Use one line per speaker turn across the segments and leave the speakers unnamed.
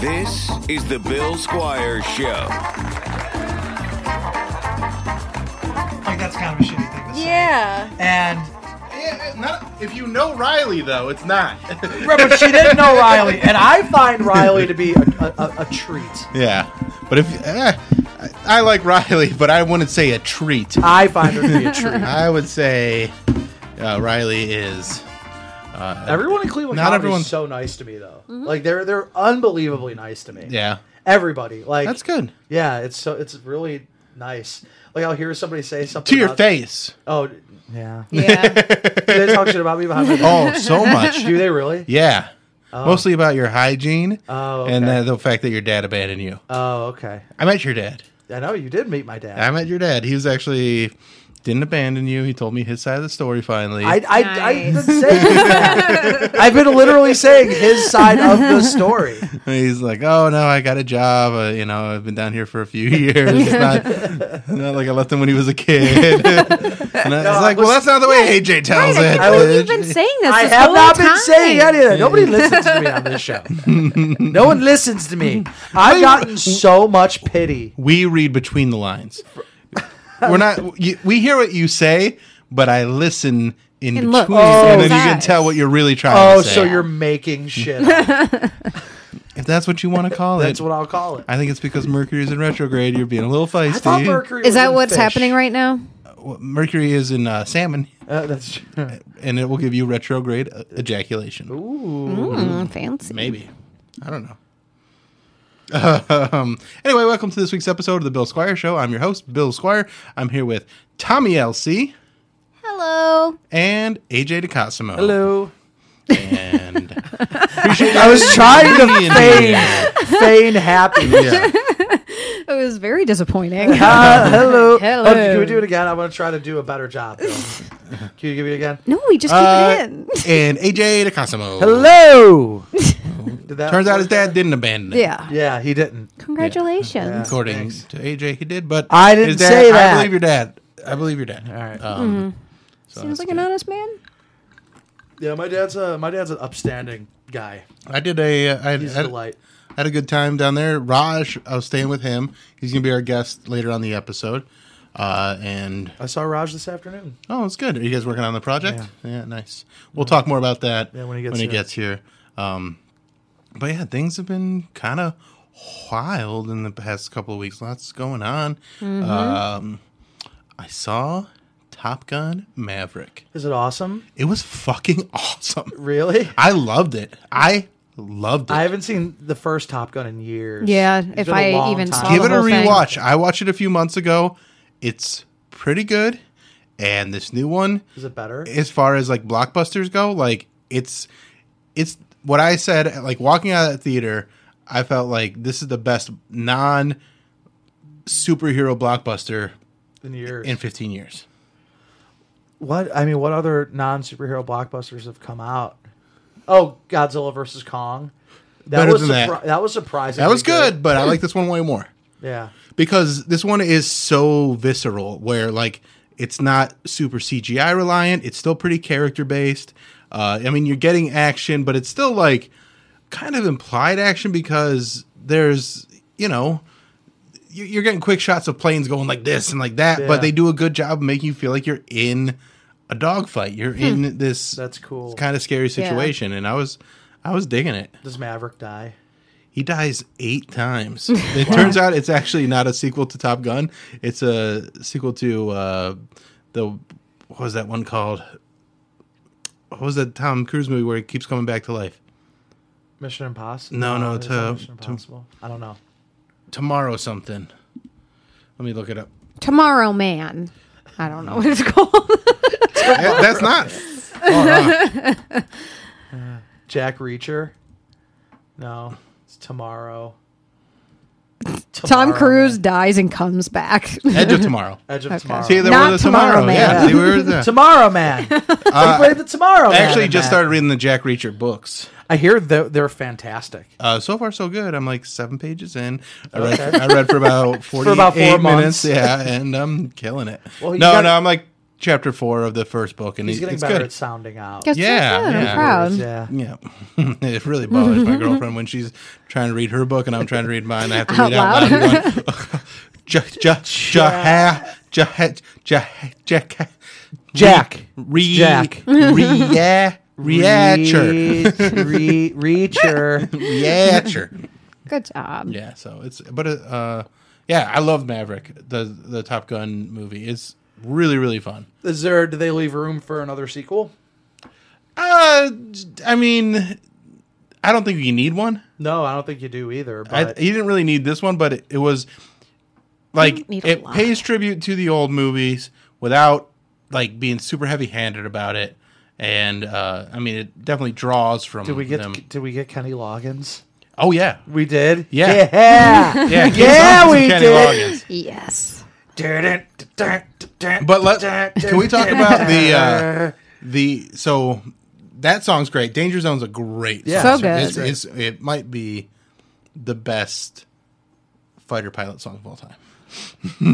This is the Bill Squire Show.
Like that's kind of a shitty thing to say.
Yeah.
And
Eh, eh, not- if you know Riley, though, it's not.
remember, she didn't know Riley, and I find Riley to be a, a, a, a treat.
yeah, but if eh, I, I like Riley, but I wouldn't say a treat.
I find her to be a treat.
I would say uh, Riley is.
Everyone in Cleveland
Not
Not everyone's
everyone's-
so nice to me though.
Mm-hmm.
Like they're they're unbelievably nice to me.
Yeah,
Everybody. Like
that's good.
Yeah, it's so it's really nice. Like I'll hear somebody say something
To your
about-
face.
Oh, yeah.
Yeah.
Do they talk shit about me behind my back?
Oh, so much.
Do they really?
Yeah. Mostly about your hygiene
Oh, okay.
and uh, the fact that your dad abandoned you.
Oh, okay.
I met your dad.
I know you did meet my dad.
I met your dad. He was actually didn't abandon you. He told me his side of the story finally.
I, I,
Nice.
I've been saying that. I've been literally saying his side of the story.
And he's like, "Oh no, I got a job. Uh, you know, I've been down here for a few years. It's not, not like I left him when he was a kid." and I was like, "Well, that's not the way AJ tells
I
it."
can't believe you've
bitch."
been saying this.
I
this
have
whole
not been
time.
saying any of that. Nobody listens to me on this show. No one listens to me. I've gotten so much pity.
we read between the lines. We're not. You, we hear what you say, but I listen in
And
between,
look.
and then you can
Eyes.
tell what you're really trying
Oh,
to say.
so you're making shit. up.
if that's what you want to call
That's
it.
what I'll call it.
I think it's because Mercury's in retrograde. You're being a little feisty.
I thought Mercury
Is
was
that
in
what's
fish.
happening right now?
Well, Mercury is in uh, salmon,
Uh, that's
and it will give you retrograde uh, ejaculation.
Mm, fancy.
Maybe. I don't know. um, anyway, welcome to this week's episode of The Bill Squire Show. I'm your host, Bill Squire. I'm here with Tommy LC
Hello.
and AJ DeCosimo.
hello.
And
I was trying to feign
yeah.
feign happy.
It was very disappointing.
Uh, hello.
Hello.
Oh, can we do it again? I'm gonna try to do a better job. Bill. Can you give it again?
no, we just keep
Uh,
it in.
and AJ DeCosimo.
Hello. Did that
Turns out his
work?
dad didn't abandon it.
Yeah.
Yeah, he didn't.
Congratulations.
According
Thanks.
to AJ, he did, but
I didn't
his dad,
say that.
I believe your dad. I believe your dad. All
right.
Um, so
Seems
that's
like
good.
an honest man.
Yeah, my dad's a my dad's an upstanding guy.
I did a. Uh, I,
He's a
I-
delight.
had a good time down there. Raj, I was staying with him. He's gonna be our guest later on the episode. Uh, and
I saw Raj this afternoon.
oh, it's good. Are you guys working on the project? Yeah, nice. We'll talk more about that
Yeah, when he gets here.
here. Um, but yeah, things have been kind of wild in the past couple of weeks. Lots going on. Um, I saw Top Gun Maverick.
Is it awesome?
It was fucking awesome.
Really?
I loved it. I loved it.
I haven't seen the first Top Gun in years.
Yeah,
It's
if
been a
I
long
even
time.
saw
give it a
the whole thing.
rewatch. I watched it a few months ago. It's pretty good. And this new one,
Is it better?
as far as like blockbusters go, like it's it's what I said. Like walking out of that theater, I felt like this is the best non superhero blockbuster
in years.
in 15 years.
what I mean, what other non superhero blockbusters have come out? Oh, Godzilla versus Kong. That
Better
was
than that.
surpri- was surprising.
That was good, but I like this one way more.
Yeah.
because this one is so visceral where like it's not super cgi reliant it's still pretty character based uh, i mean you're getting action but it's still like kind of implied action because there's you know you- you're getting quick shots of planes going like this and like that
Yeah.
but they do a good job of making you feel like you're in a dogfight you're in this
Hmm. That's cool.
kind of scary situation and i was i was digging it
Does Maverick die?
he dies eight times. It turns out it's actually not a sequel to Top Gun. It's a sequel to uh, the what was that one called? What was that Tom Cruise movie where he keeps coming back to life?
Mission Impossible.
No, no, uh,
it's not
to-
Mission
to-
Impossible. I don't know.
Tomorrow something. Let me look it up.
Tomorrow Man. I don't know what it's called.
Yeah, that's not.
Jack Reacher. No, it's tomorrow.
Tom
Tomorrow
Cruise
Man.
dies and comes back.
Edge of Tomorrow.
Edge of Tomorrow.
See, they
Not
were the
Tomorrow
tomorrow.
Man.
Yeah,
Yeah.
see, where is that?
Tomorrow Man. They played the Tomorrow
I
Man.
Uh, actually
in
just
that.
started reading the Jack Reacher books.
I hear they're, they're fantastic.
Uh, so far, so good. I'm like seven pages in. I read, I read for about forty
about four months.
minutes. Yeah, and I'm killing it.
Well, you
no,
gotta-
no, I'm like chapter four of the first book, and
He's
it,
getting
it's
better
good.
at sounding out.
That's so
Yeah,
good.
yeah.
I'm proud.
Yeah.
Yeah, it really bothers my girlfriend when she's trying to read her book and I'm trying to read mine. I have to read out
loud?
loud. and going, Ja- ja- Jaha- Jaha- Jaha- Jaha-
Jack.
Re-
Jack.
Re- yeah. Reacher.
Reach- re- Reacher.
Reacher.
Good job.
Yeah, so it's but uh, uh yeah, I love Maverick, the the Top Gun movie. It's really really fun.
Is there? Do they leave room for another sequel?
Uh I mean, I don't think you need one.
No, I don't think you do either.
I,
But
he didn't really need this one, but it, it was like
need a
it
lot.
pays tribute to the old movies without like being super heavy-handed about it. And uh, I mean, it definitely draws from
did we get?
them.
Did we get Kenny Loggins?
Oh yeah,
We did.
Yeah.
Yeah.
yeah, Kenny
Yeah,
Loggins and
we
Kenny
did.
Loggins.
Yes.
But let can we talk about the uh, the so that song's great. Danger Zone's a great,
Yeah.
song.
So good.
It's, it's, it might be the best fighter pilot song of all time.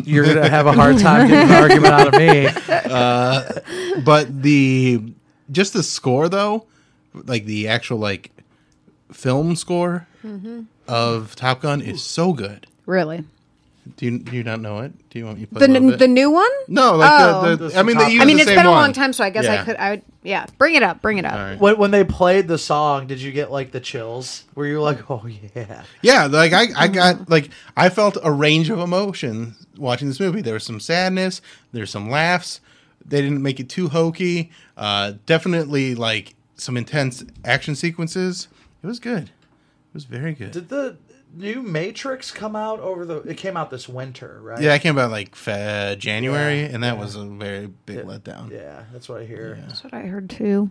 You're gonna have a hard time getting an argument out of me.
but the just the score though like the actual like film score
Mm-hmm.
of top gun is so good
Really.
do you, do you not know it do you want me to play
The
a little
n-
bit?
the new one?
no like
Oh.
the, the, i mean they use
I mean,
the
it's
same
been a
one.
long time, so I guess I
Yeah.
could. I would. Yeah. Bring it up. Bring it up.
right.
When, when they played the song, did you get like the chills? Were you like, oh yeah?
yeah like I, I
Mm-hmm.
got like i felt a range of emotion watching this movie there was some sadness there's some laughs they didn't make it too hokey uh definitely like some intense action sequences it was good it was very good
Did the new Matrix come out over the? It came out this winter, right?
Yeah, I came out like fe- January, and that was a very big letdown.
Yeah, that's what I hear.
That's what I heard too.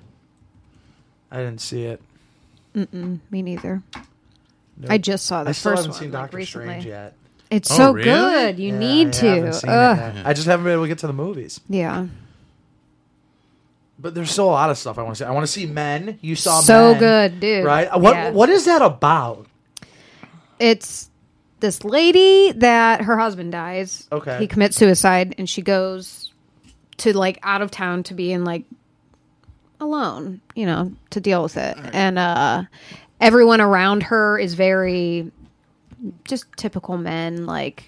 I didn't see it.
Me neither. I just saw the
I
first
still haven't
one
seen
like,
Doctor
recently.
Strange yet.
It's
Oh,
so
really?
good. You
Yeah,
need
I
to.
haven't seen it
Ugh.
yet. I just haven't been able to get to the movies.
Yeah.
But there's still a lot of stuff I want to see. I want to see Men. You saw
So
Men,
good, dude.
Right? Uh, What
Yeah.
What is that about?
It's this lady that her husband dies.
Okay.
He commits suicide and she goes to like out of town to be in like alone, you know, to deal with it. And uh everyone around her is very just typical men like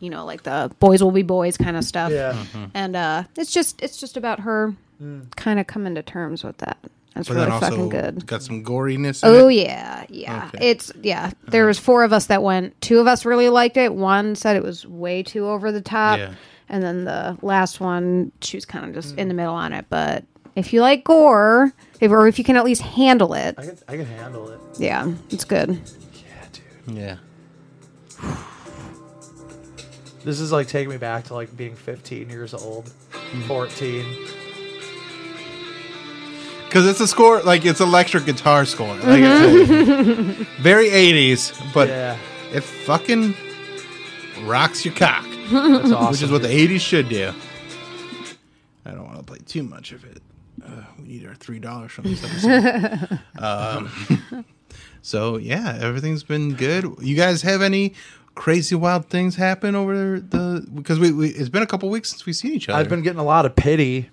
you know, like the boys will be boys kind of stuff.
Yeah.
Mm-hmm.
And uh it's just it's just about her
Mm.
kind of coming to terms with that. That's
But
really
then also
fucking good.
got some goriness. In
Oh
it.
yeah, yeah.
Okay.
It's yeah. There was four of us that went. Two of us really liked it. One said it was way too over the top,
Yeah.
and then the last one she was kind of just in the middle on it. But if you like gore, if, or if you can at least handle it,
I can I can handle it.
yeah, it's good.
Yeah, dude.
Yeah.
This is like taking me back to like being 15 years old,
Hmm.
14.
Because it's a score, like it's electric guitar score. Like it's
Mm-hmm.
a- very 80s, but
Yeah,
it fucking rocks your cock,
that's awesome.
which is what the
dude.
80s should do. I don't want to play too much of it. Uh, we need our $3 from this episode. um, so, yeah, everything's been good. You guys have any crazy wild things happen over the. Because we, we it's been a couple weeks since we've seen each other.
I've been getting a lot of pity.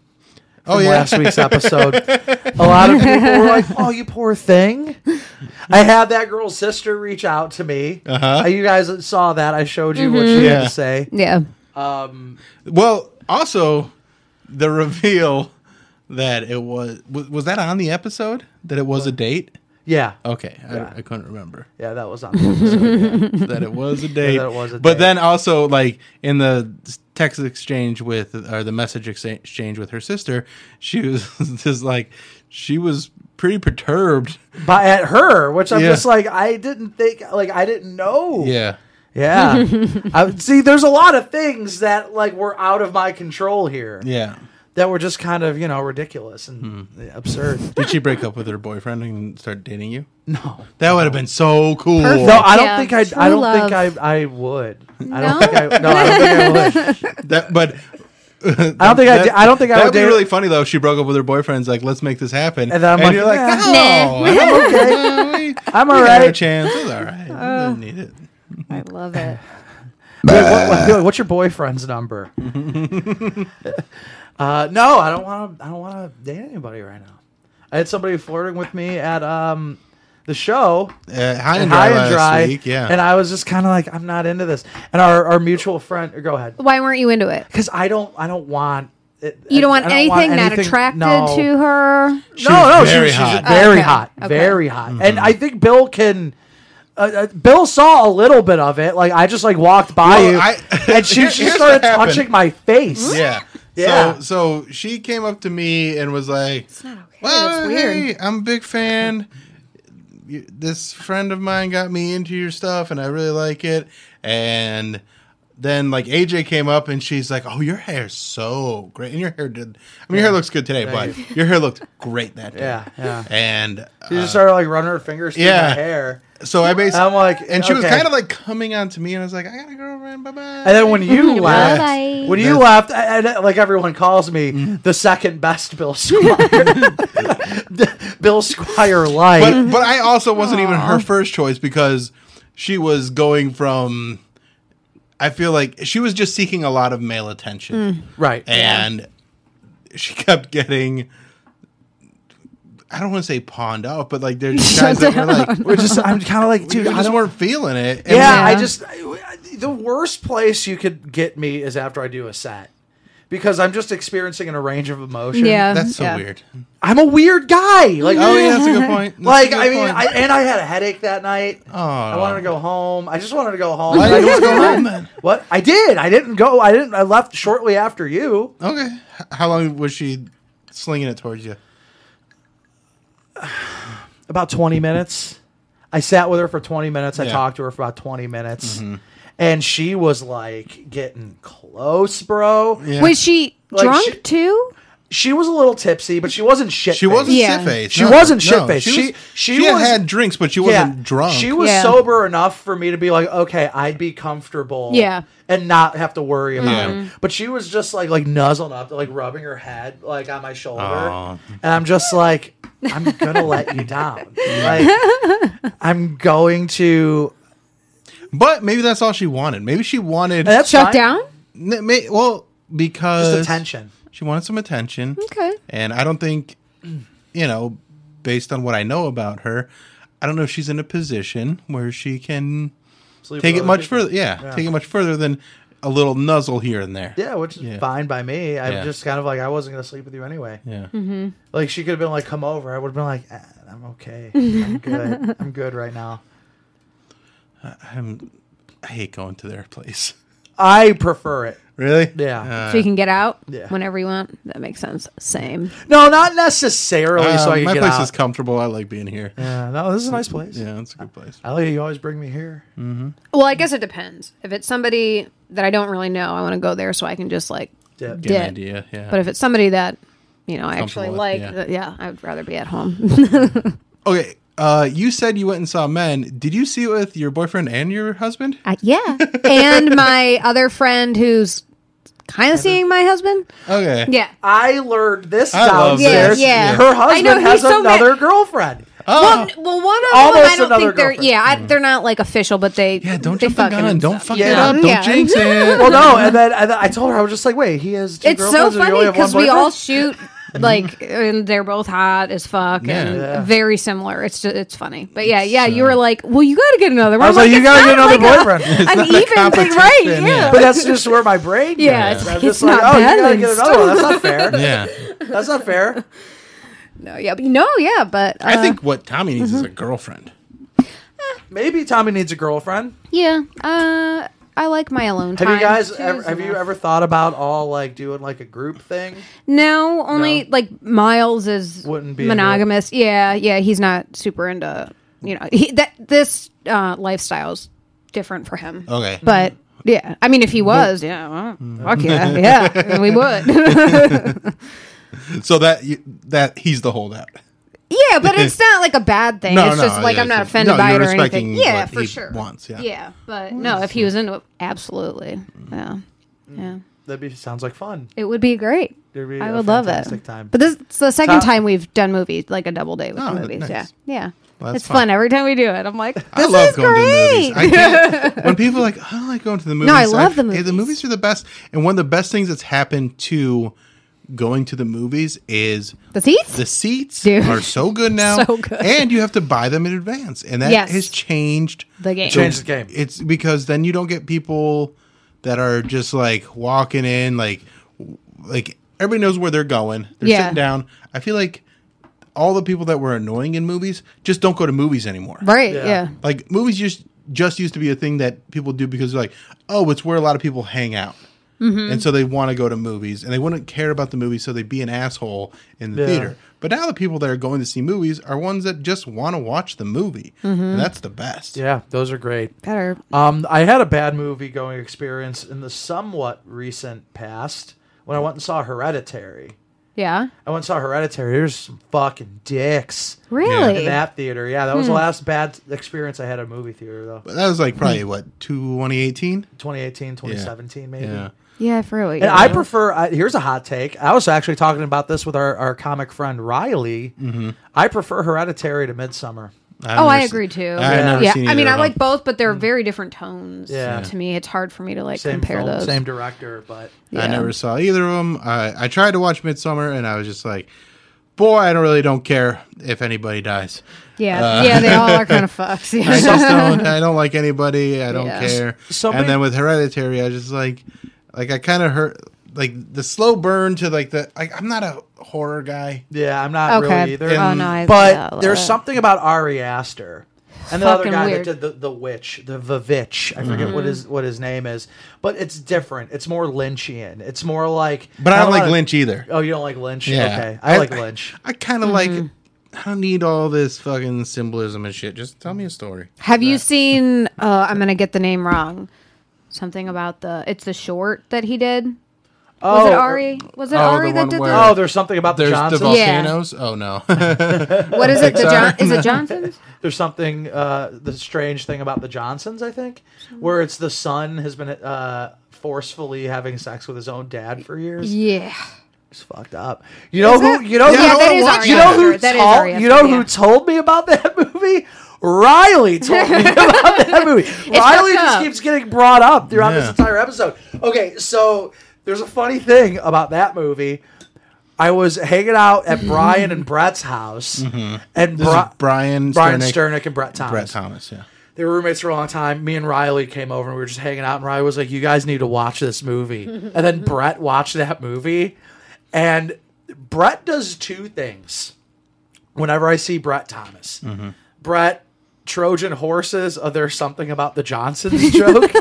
Oh,
from
yeah.
last week's episode. a lot of people were like, "Oh, you poor thing." I had that girl's sister reach out to me. Uh, you guys saw that. I showed you what she had
Uh-huh. Mm-hmm. Yeah.
to say.
Yeah,
Um,
Well, also the reveal that it was was, was that on the episode that it was a date.
yeah,
Okay,
Yeah.
I, I couldn't remember
yeah, that was on. the episode.
that it was a date.
that it was a
but
date.
then also like in the text exchange with or the message exa- exchange with her sister, she was just like she was pretty perturbed.
But at her, which I'm
Yeah.
just like, I didn't think, like, I didn't know.
Yeah.
Yeah. I, see, there's a lot of things that like were out of my control here.
Yeah. Hmm.
That were just kind of you know ridiculous and absurd.
Did she break up with her boyfriend and start dating you?
No.
That would have been so cool.
Perfect.
No, I don't
Yeah,
think I'd, I.
true
don't
love.
think I. I would. I
No?
don't think I. No, I don't think I would.
That, but
I don't think I. di- I don't think I
that'd
would
be
date.
really funny though. if She broke up with her boyfriend's like, let's make this happen,
And then I'm like,
you're like,
"Nah."
no, I'm okay.
I'm
we
all
had our
right. Uh,
chance. It was all right. We didn't need it.
I love it.
Wait, what- what- wait, what's your boyfriend's number? uh, no, I don't want to. I don't want to date anybody right now. I had somebody flirting with me at um, the show,
Uh, high and
and
dry
high and
last
dry,
week. Yeah.
and I was just kind of like, I'm not into this. And our, our mutual friend, go ahead,
Why weren't you into it?
because I don't I don't want it,
You don't want,
I
anything, that
anything-
attracted
no.
to her.
She
no,
was
no, she
very
was, she was
hot. Mm-hmm.
very
Okay,
hot,
okay.
very hot. And I think Bill can. Uh, uh, Bill saw a little bit of it. Like I just like walked by
Well,
you,
I-
and she
Here-
she
here's
started
what happened.
touching my face.
Yeah.
Yeah.
So so she came up to me and was like,
not okay.
"Well,
That's weird."
hey, I'm a big fan. You- This friend of mine got me into your stuff, and I really like it." And then like AJ came up and she's like, "Oh, your hair's so great, and your hair did. I mean, your hair looks good today, but your hair looked great that day."
Yeah, yeah.
And
She
uh,
just started like running her fingers through
yeah.
my hair.
so I basically,
I'm like,
and she was
okay.
kind of like coming on to me, and I was like, "I got a girlfriend, bye bye."
And then when you left,
Bye-bye.
when you left, I, I- like everyone calls me
Mm-hmm.
the second best Bill Squire, Bill Squire light.
but but I also wasn't even her first choice because she was going from. I feel like she was just seeking a lot of male attention,
right?
and she kept getting. I don't want to say pawned off, but like there's just guys that were like,
Which is I'm kind of like,
dude,
dude,
you
I
just
don't
weren't feeling it. And
Yeah,
Yeah.
I just I- the worst place you could get me is after I do a set because I'm just experiencing in a range of emotion.
Yeah.
that's so
yeah.
weird.
I'm a weird guy. Like,
Oh yeah, that's a good point. That's
like
a good
I mean,
point.
I, and I had a headache that night. I
Aw.
wanted to go home. I just wanted to go home.
Why
I
didn't you
just-
go home then?
what I did, I didn't go. I didn't. I left shortly after you.
Okay, H- how long was she slinging it towards you?
About 20 minutes. I sat with her for 20 minutes. I
Yeah. Mm-hmm.
talked to her for about 20 minutes, and she was like getting close, bro.
Yeah.
Was she
Like,
drunk
she-
too?
She was a little tipsy, but she wasn't shit.
She wasn't
Yeah.
shit-faced.
She wasn't shit-faced.
She
She-
was-
she
she, had
was-
had drinks, but she wasn't drunk.
She was
Yeah.
sober enough for me to be like, okay, I'd be comfortable,
Yeah.
and not have to worry about
Yeah.
it. But she was just like like nuzzled up, like rubbing her head like on my shoulder,
Aw.
and I'm just like, I'm gonna let you down. Like, I'm going to.
But maybe that's all she wanted. Maybe she wanted
and that's
Shut
fine.
down?
n- may, well because
Just attention.
She wanted some attention.
Okay.
And I don't think, you know, based on what I know about her, I don't know if she's in a position where she can
Sleep
take
with
it
other
much
people.
further. Yeah, take it much further than a little nuzzle here and there.
Yeah, which is
Yeah.
fine by me. I'm
Yeah.
just kind of like I wasn't gonna sleep with you anyway.
Yeah.
Mm-hmm. Like she could have been like, "Come over." I would have been like, "Ah, "I'm okay. I'm good. I'm good right now."
I'm, I hate going to their place.
I prefer it.
Really?
Yeah.
so you can get out
yeah.
whenever you want. That makes sense. Same.
No, not necessarily.
Uh,
so I can
my
get
place
out.
is comfortable. I like being here.
Yeah, no, this is a nice place.
Yeah, it's a good place.
I like it. You always bring me here.
Well, I guess it depends. If it's somebody that I don't really know, I want to go there so I can just like
Dip.
Good
dip.
idea. Yeah.
But if it's somebody that you know I actually
Comfortable with,
like,
yeah.
th- yeah. I would rather be at home.
Okay. Uh, you said you went and saw men. Did you see it with your boyfriend and your husband?
Uh, yeah, and my other friend who's kind of seeing my husband.
Okay.
Yeah.
I lured this
I love
downstairs.
this. Yeah, yeah.
Her
I
husband
know,
has
he's so mad.
another girlfriend.
Oh.
Well, n- well, one of them
Oh. Almost
I don't
another
think they're.
girlfriend. Mm.
Yeah, I, they're not like official, but they.
Yeah. Don't
they
jump the
fucking
gun.
and
Don't
stuff.
fuck
Yeah.
it up. Don't
Yeah.
jinx it.
Well, no, and then, and then I told her I was just like, "Wait, he has two
It's so
girlfriends, and you only
funny
have one
because we all
boyfriend?"
shoot like, and they're both hot as fuck and
Yeah.
very similar. It's just, it's funny, but yeah, yeah. You were like, well, you got to get another. one.
I was like,
I'm
"You
it's
gotta get
not
another
like a-
boyfriend." It's
An
not a
even thing, right? Yeah.
competition, yeah.
But that's just where my brain.
Yeah,
goes.
it's
I'm
like,
just
it's not
oh, you gotta get
balanced."
another one. That's not fair.
Yeah.
That's not fair.
no, yeah, but, no, yeah, but uh,
I think what Tommy needs
Mm-hmm.
is a girlfriend.
Maybe Tommy needs a girlfriend.
yeah. Uh, I like my alone time.
Have you guys?
Two's
Ever, have you
enough.
ever thought about all like doing like a group thing?
No, only
No.
like Miles is
Wouldn't be into it.
monogamous. Yeah, yeah, he's not super into you know he, that this uh, lifestyle's different for him.
Okay.
But yeah, I mean, if he was, yeah, well, fuck yeah, yeah, we would.
So that you- that he's the holdout.
yeah, but it's not like a bad thing.
No,
it's
no,
just like
yeah,
I'm not
it's-
offended
no,
by it
you're
or anything.
respecting
Yeah,
what
for
he
sure.
wants, yeah.
yeah, but no, if he was into it, absolutely,
Mm.
yeah, yeah,
That be, sounds like fun.
it would be great.
There'd be
I
a
would love it.
fantastic time.
But this is the second
So-
time we've done movies, like a double day with
Oh,
movies.
nice.
Yeah, yeah.
Well, that's
it's fun.
fun.
every time we do it. I'm like, this
I love
is
going
great.
to the movies. I can't, when people are like, I don't like going to the movies.
I love the
eh,
movies.
The movies are the best. And one of the best things that's happened to going to the movies is
the seats.
the seats
Dude.
are so good now.
So good.
And you have to buy them in advance. And that
Yes.
has changed
The game.
Changed the game.
It's because then you don't get people that are just like walking in, like, like everybody knows where they're going. They're
Yeah.
sitting down. I feel like all the people that were annoying in movies just don't go to movies anymore.
right.
Yeah.
yeah.
Like movies just just used to be a thing that people do because they're like, oh, it's where a lot of people hang out.
Mm-hmm.
And so they want to go to movies and they wouldn't care about the movies, so they'd be an asshole in the
Yeah.
theater. But now the people that are going to see movies are ones that just want to watch the movie.
Mm-hmm.
And that's the best.
Yeah, those are great.
Better.
Um, I had a bad movie going experience in the somewhat recent past when I went and saw Hereditary.
Yeah.
I went and saw Hereditary. There's some fucking dicks
Really? Hmm.
in that theater. Yeah, that was the last bad experience I had at a movie theater though.
But that was like probably what, 2018?
2018, 2017 maybe.
Yeah.
Yeah, for real.
And I prefer. I, here's a hot take. I was actually talking about this with our, our comic friend Riley. I prefer Hereditary to Midsummer.
I've
Oh,
never
I
seen-
agree too.
I've never
yeah,
seen
I mean,
either
I
of
like
them.
both, but they're very different tones.
Yeah.
to me, it's hard for me to like
Same
compare
film,
those.
same director, but
I
yeah.
never saw either of them. I, I tried to watch Midsummer and I was just like, boy, I don't really don't care if anybody dies.
Yeah, yeah, they all are kind of fucks.
uh, I
Yeah.
just don't. I don't like anybody. I don't
Yeah.
care.
somebody-
and then with Hereditary, I just like, like I kind of hurt, like the slow burn to like the. Like I'm not a horror guy.
yeah, I'm not
okay.
really either.
oh no, I,
but
yeah, I love
there's
it.
something about Ari Aster and the other
Fucking
guy
weird. Mm-hmm.
that did the, the witch, the Vavitch. I forget what his what his name is, but it's different. It's more Lynchian. It's more like.
But I
not
don't
a
like
lot of-
Lynch either.
Oh, you don't like Lynch?
Yeah.
Okay, I, like Lynch.
I, kind of like.
Mm-hmm.
I don't need all this fucking symbolism and shit. Just tell me a story.
Have you seen? Uh, I'm gonna get the name wrong. Something about the. It's the short that he did. Was it Ari? Was it
oh,
Ari
the
that
one
did
where-
that?
Oh, there's something about the
There's
Johnsons.
the
Yeah.
volcanoes. Oh no,
What is it? The John? Is it Johnson's?
there's something uh, the strange thing about the Johnsons, I think, where it's the son has been uh, forcefully having sex with his own dad for years.
yeah.
It's fucked up. You know who?
it?
You know
Yeah,
who?
that is Ari
you know who?
Aster. That is
told-
Ari
you know
Aster, yeah.
who told me about that movie? Riley told me about that movie. Riley
fucked
just
up.
keeps getting brought up throughout this
Yeah.
entire episode. Okay, so there's a funny thing about that movie. I was hanging out at Brian and Brett's house, and
Mm-hmm. This is
Bri-
Brian
Brian
Sternick,
Sternick and Brett Thomas.
Brett Thomas. Yeah,
They were roommates for a long time. Me and Riley came over and we were just hanging out. And Riley was like, "You guys need to watch this movie." and then Brett watched that movie, and Brett does two things. Whenever I see Brett Thomas, Brett Trojan horses. Or there's something about the Johnsons joke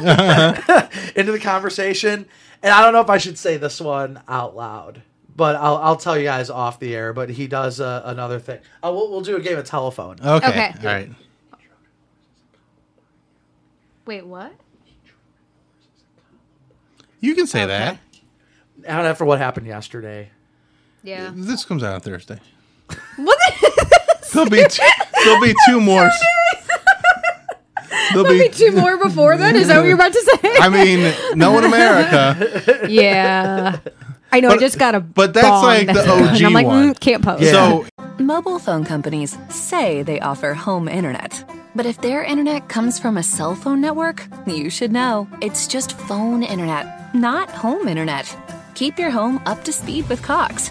into the conversation, and I don't know if I should say this one out loud. But I'll, I'll tell you guys off the air. But he does uh, another thing. Uh, we'll, we'll do a game of telephone.
Okay.
Okay.
All right.
Wait, what?
You can say that.
I don't know for what happened yesterday.
Yeah.
This comes out on Thursday.
What?
There'll be two, there'll be two more. s- There'll be,
Two more before then? Is that what you're about to say?
I mean, no in America.
Yeah. I know. I
But-
just got a.
but that's
bong
like the
that's going.
OG
I'm like,
one.
mm, can't post.
So
Mobile phone companies say they offer home internet. But if their internet comes from a cell phone network, you should know. It's just phone internet, not home internet. Keep your home up to speed with Cox.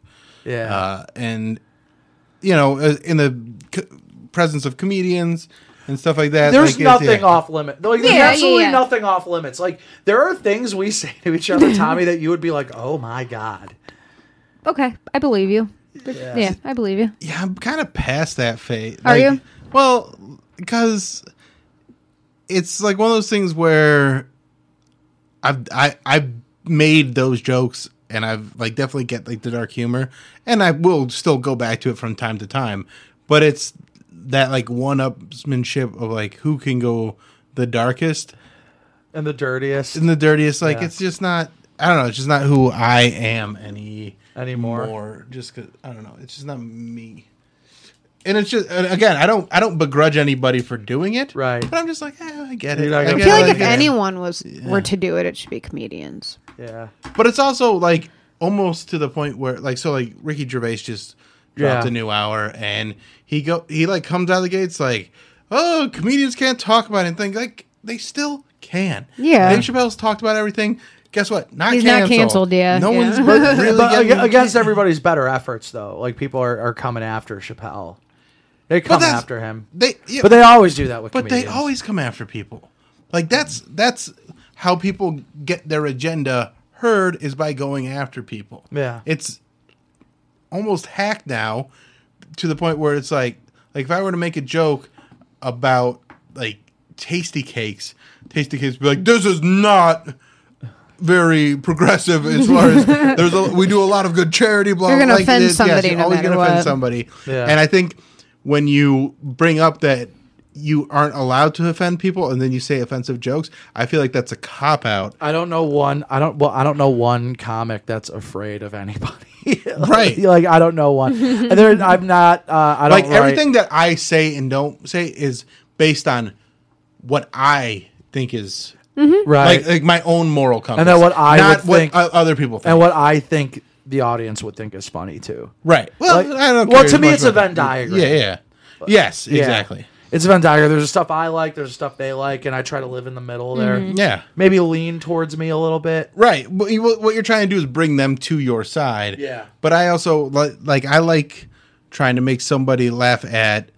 Yeah.
Uh, and, you know, uh, in the c- presence of comedians and stuff like that.
there's
like, it's-
nothing
yeah.
off limit. Like there's
Yeah,
absolutely
yeah, yeah.
nothing off limits. Like there are things we say to each other, Tommy, that you would be like, "Oh my god."
Okay, I believe you. Yeah, I believe you.
Yeah, I'm kind of past that phase.
Are
Like,
you?
Well, because it's like one of those things where I've I I've made those jokes and I've like definitely get like the dark humor and I will still go back to it from time to time, but it's that like one-upsmanship of like who can go the darkest
And the dirtiest
and the dirtiest. Like it's just not. I don't know. It's just not who I am any
Anymore.
More just 'cause- I don't know. It's just not me. And it's just and again, I don't I don't begrudge anybody for doing it,
Right.
But I'm just like, eh, I get it.
You're not gonna
get
I feel
it,
like if
get it.
anyone was were to do it, it should be comedians.
Yeah.
but it's also like almost to the point where like so like Ricky Gervais just dropped
Yeah.
a new hour and he go he like comes out of the gates like oh comedians can't talk about anything like they still can
Yeah.
Dave Chappelle's taled about everything guess what not
He's not
canceled.
canceled, yeah,
no
yeah.
one's but really
But
getting-
ag- against everybody's better efforts though. Like people are, are coming after Chappelle. They come
that's-
after him.
they yeah,
but they always do that with
but they
comedians.
always come after people like that's that's how people get their agenda heard is by going after people
Yeah.
it's almost hacked now to the point where it's like like if i were to make a joke about like tasty cakes tasty cakes would be like this is not very progressive as far as there's a, we do a lot of good charity blah
You're gonna
blah, like
offend
this. Yeah,
somebody
you're
no
always
matter
gonna offend
what.
somebody
Yeah.
and i think when you bring up that you aren't allowed to offend people and then you say offensive jokes i feel like that's a cop out
I don't know one. I don't. Well, I don't know one comic that's afraid of anybody. Like-
Right.
Like I don't know one. And there, I'm not. Uh, I don't
like
write-
everything that I say and don't say is based on what I think is
Right.
like like my own moral compass,
And then what I
not
would
what
think-
o- other people think.
and what I think the audience would think is funny too.
right? Well,
Like-
I don't.
well,
care
to
as
me,
much
it's a
about
Venn
that.
diagram.
Yeah, yeah, yes, exactly.
It's a Venn diagram. There's stuff I like. There's stuff they like, and I try to live in the middle there.
Yeah,
Maybe lean towards me a little bit.
right. What, you, what you're trying to do is bring them to your side.
Yeah.
but I also like like I like trying to make somebody laugh at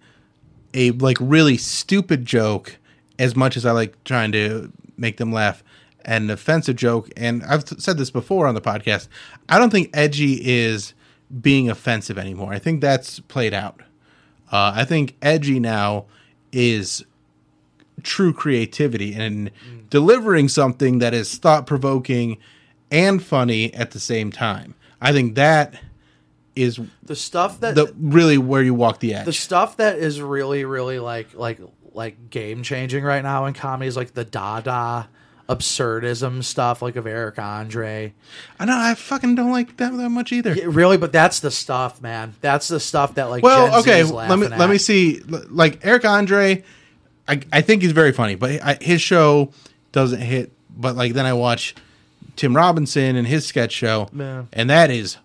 a like really stupid joke as much as I like trying to make them laugh at an offensive joke. And I've t- said this before on the podcast. I don't think edgy is being offensive anymore. I think that's played out. Uh, I think edgy now is true creativity and
Mm.
delivering something that is thought provoking and funny at the same time. I think that is
The stuff that
the really where you walk the edge.
the stuff that is really really like like like game changing right now in comedy is like the dada absurdism stuff like of eric andre
I know I fucking don't like that that much either.
Yeah, really but that's the stuff man that's the stuff that like Gen
well,
Z
okay,
is
let me
laughing
let
at.
me see. L- Like Eric Andre, I I think he's very funny, but I, his show doesn't hit. But like then I watch Tim Robinson and his sketch show,
Yeah.
and that is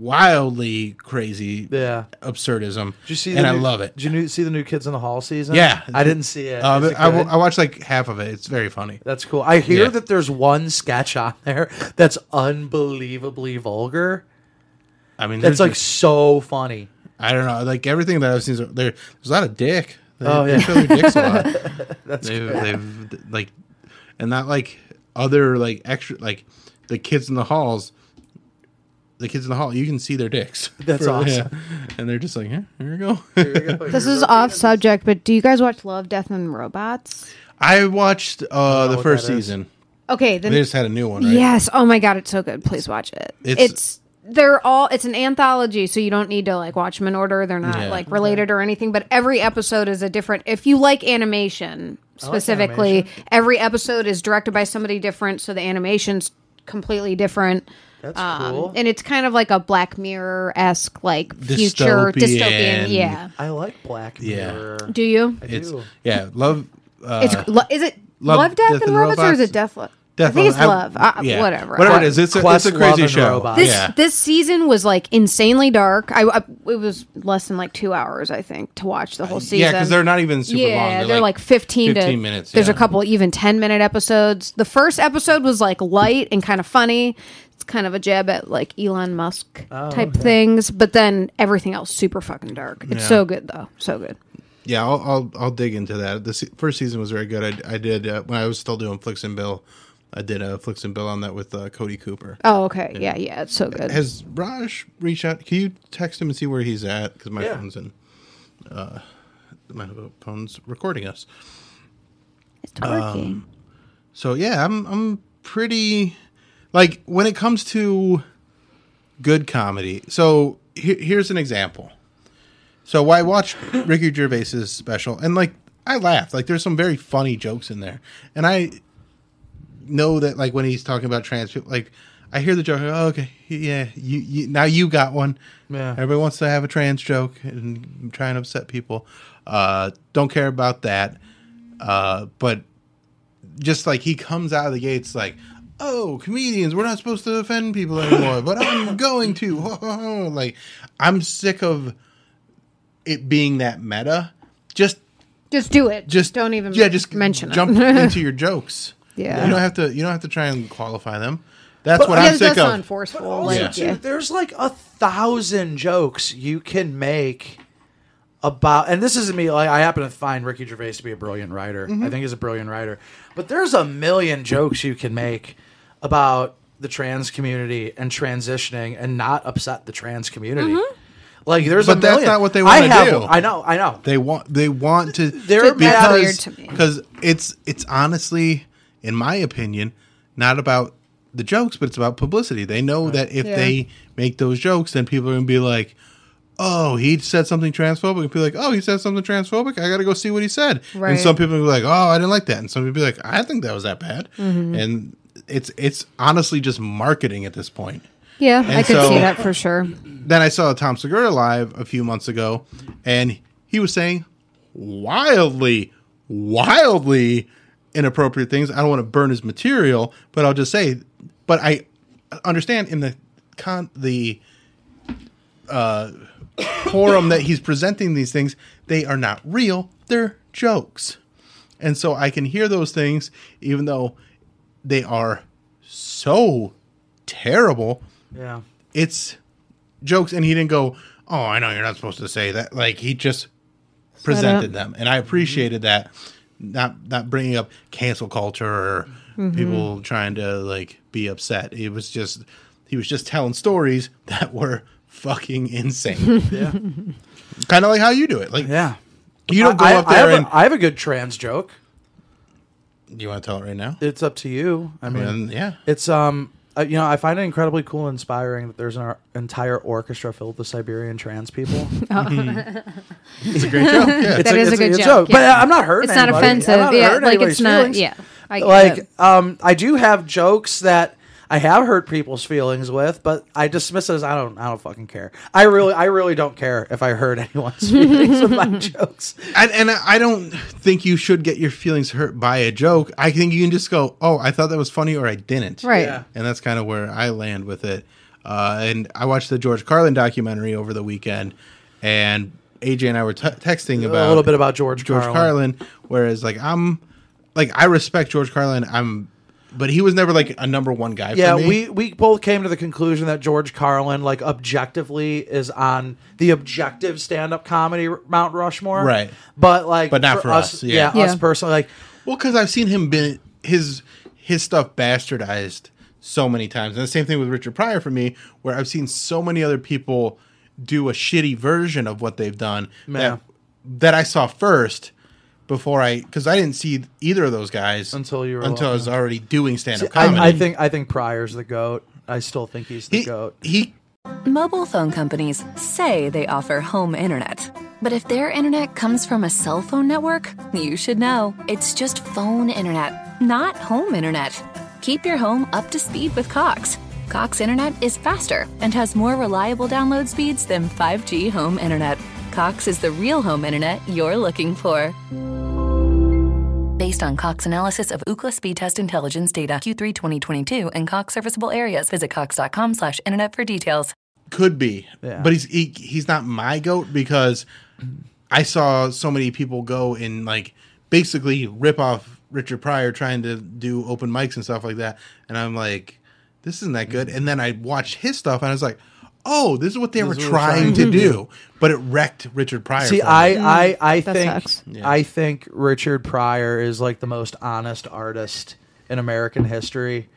wildly crazy
Yeah.
absurdism.
did you see
and
the
I
new-
love it.
did you new- see the new kids in the hall season
yeah,
i didn't see it,
Uh,
Is
but
it
I, wa-
good?
I watched like half of it. It's very funny.
that's cool i hear
Yeah.
that there's one sketch on there that's unbelievably vulgar
I mean,
that's
there's
like
just-
so funny
I don't know, like everything that I've seen. is- There, there's a lot of dick. They,
Oh,
they
yeah.
show their dicks a lot. they've, they've like, and not like other like extra like the kids in the halls. The kids in the hall, you can see their dicks.
That's awesome.
and they're just like, "Here, here we go.
This is off subject, but do you guys watch Love, Death, and Robots?
I watched uh, the
what
first
that is.
season.
Okay, then
They just had a new one, right?
Yes. Oh my god, it's so good. Please watch it.
It's-
It's, they're all it's an anthology, so you don't need to like watch them in order. They're not
Yeah.
like related or anything, but every episode is a different if you like animation specifically, every episode is directed by somebody different, so the animation's completely different.
that's
Um,
cool
and it's kind of like a Black Mirror esque like
Dystopian.
future dystopian. Yeah.
i like black
Yeah.
mirror
Do you?
I
It's
do.
yeah, love. Uh,
it's lo- is it
Love,
Love, Death,
Death,
and
and
Robots, or is
Robots?
it Death? Lo- I think it's
Definitely.
love. Uh, whatever.
Whatever it is, it's a, it's
Quest,
a crazy
Love, and
show.
Robots.
This
yeah.
this season was like insanely dark. I, I it was less than like two hours, I think, to watch the whole season.
Uh, Yeah, because they're not even super
yeah,
long.
they're, like, 15, to,
15 minutes,
There's
yeah.
a couple even 10 minute episodes. The first episode was like light and kind of funny. It's kind of a jab at like Elon Musk
Oh,
type things, but then everything else super fucking dark. It's so good though. So good.
Yeah, I'll, I'll I'll dig into that. The se- first season was very good. I, I did uh, when I was still doing Flicks and Bill. I did a Flicks and Bill on that with uh, Cody Cooper.
Oh, okay. Yeah, yeah, it's so good.
Has Raj reached out? Can you text him and see where he's at? Because my
Yeah.
phone's in. Uh, my phone's recording us.
it's working.
um, So yeah, I'm I'm pretty like when it comes to good comedy. So he- here's an example. So I watched Ricky Gervais's special and like I laughed. Like there's some very funny jokes in there, and I know that like when he's talking about trans people, like I hear the joke. Oh, okay, yeah, you, you now you got one.
Yeah.
Everybody wants to have a trans joke and try and upset people. Uh, don't care about that. Uh, but just like he comes out of the gates like oh comedians we're not supposed to offend people anymore but i'm going to like i'm sick of it being that meta just
Just do it.
just
don't even
yeah just
mention
jump
it.
into your jokes
Yeah.
you don't have to you don't have to try and qualify them that's what
yeah,
i'm
that's
sick
not
of
forceful.
Also,
like,
too,
yeah.
there's like a thousand jokes you can make about, and this isn't me. Like, I happen to find Ricky Gervais to be a brilliant writer. I think he's a brilliant writer. But there's a million jokes you can make about the trans community and transitioning, and not upset the trans community. Like, there's a
But that's
million.
not what they
I
wanna
have
do.
one. I know. I know.
They want they want to
They're
mad-
because
Weird to me.
because it's it's honestly in my opinion not about the jokes but it's about publicity. They know that if
Yeah.
they make those jokes then people are going to be like Oh, he said something transphobic. And People are like, oh, he said something transphobic. I got to go see what he said.
Right.
And some people are like, oh, I didn't like that. And some people be like, I didn't think that was that bad.
Mm-hmm.
And it's it's honestly just marketing at this point
Yeah, I
And
could
so-
see that for sure.
then I saw Tom Segura live a few months ago, and he was saying wildly, wildly inappropriate things. I don't want to burn his material, but I'll just say, but I understand in the con the uh, forum that he's presenting these things, they are not real. They're jokes, and so I can hear those things, even though they are so terrible
Yeah.
it's jokes and he didn't go oh i know you're not supposed to say that like he just presented them and i appreciated that not not bringing up cancel culture or
Mm-hmm.
people trying to like be upset it was just he was just telling stories that were fucking insane
Yeah.
kind of like how you do it like
Yeah.
you don't go
I,
up
I
there
have
and
a, I have a good trans joke.
you want to tell it right now
It's up to you. I mean,
and yeah
It's um, uh, you know, I find it incredibly cool and inspiring that there's an ar- entire orchestra filled with Siberian trans people.
it's a great joke yeah
It's
That is a
it's
good
it's
joke,
But
yeah.
I'm not hurting.
It's not
anybody. I'm
offensive.
not
yeah,
hurting
like
anybody's
it's not.
feelings.
Yeah, I get it.
Like, um, I do have jokes that I have hurt people's feelings with, but I dismiss it as I don't. I don't fucking care. I really, I really don't care if I hurt anyone's feelings with my jokes.
and, and I don't think you should get your feelings hurt by a joke. I think you can just go, "Oh, I thought that was funny," or "I didn't."
Right. Yeah.
And that's kind of where I land with it. Uh, and I watched the George Carlin documentary over the weekend, and AJ and I were t- texting about
a little bit about George
George
Carlin.
Carlin. Whereas, like, I'm like I respect George Carlin. I'm, but he was never like a number one guy.
Yeah,
for me.
we we both came to the conclusion that George Carlin, like objectively, is on the objective stand-up comedy r- Mount Rushmore.
Right.
But like,
But not for us, yeah.
Yeah.
us personally, like,
Well, because I've seen him been his his stuff bastardized so many times, and the same thing with Richard Pryor for me, where I've seen so many other people do a shitty version of what they've done
Yeah.
that that I saw first before I because I didn't see either of those guys
Until you were
until I
alone,
was already doing stand up comedy.
I, I think I think Pryor's the goat. I still think he's the
he,
goat.
he
Mobile phone companies say they offer home internet. But if their internet comes from a cell phone network, you should know. It's just phone internet, not home internet. Keep your home up to speed with Cox. Cox internet is faster and has more reliable download speeds than 5G home internet. Cox is the real home internet you're looking for. based on Cox analysis of Ookla speed test intelligence data Q3 2022 and Cox serviceable areas. Visit cox.com slash internet for details.
Could be, but he's he, he's not my goat because I saw so many people go and like basically rip off Richard Pryor trying to do open mics and stuff like that, and I'm like, this isn't that good. And then I watched his stuff and I was like, oh, this is what they were
is what we're
trying to do, but it wrecked Richard Pryor.
See,
for me.
I, I, I
Mm, that
think
sucks.
I think Richard Pryor is like the most honest artist in American history.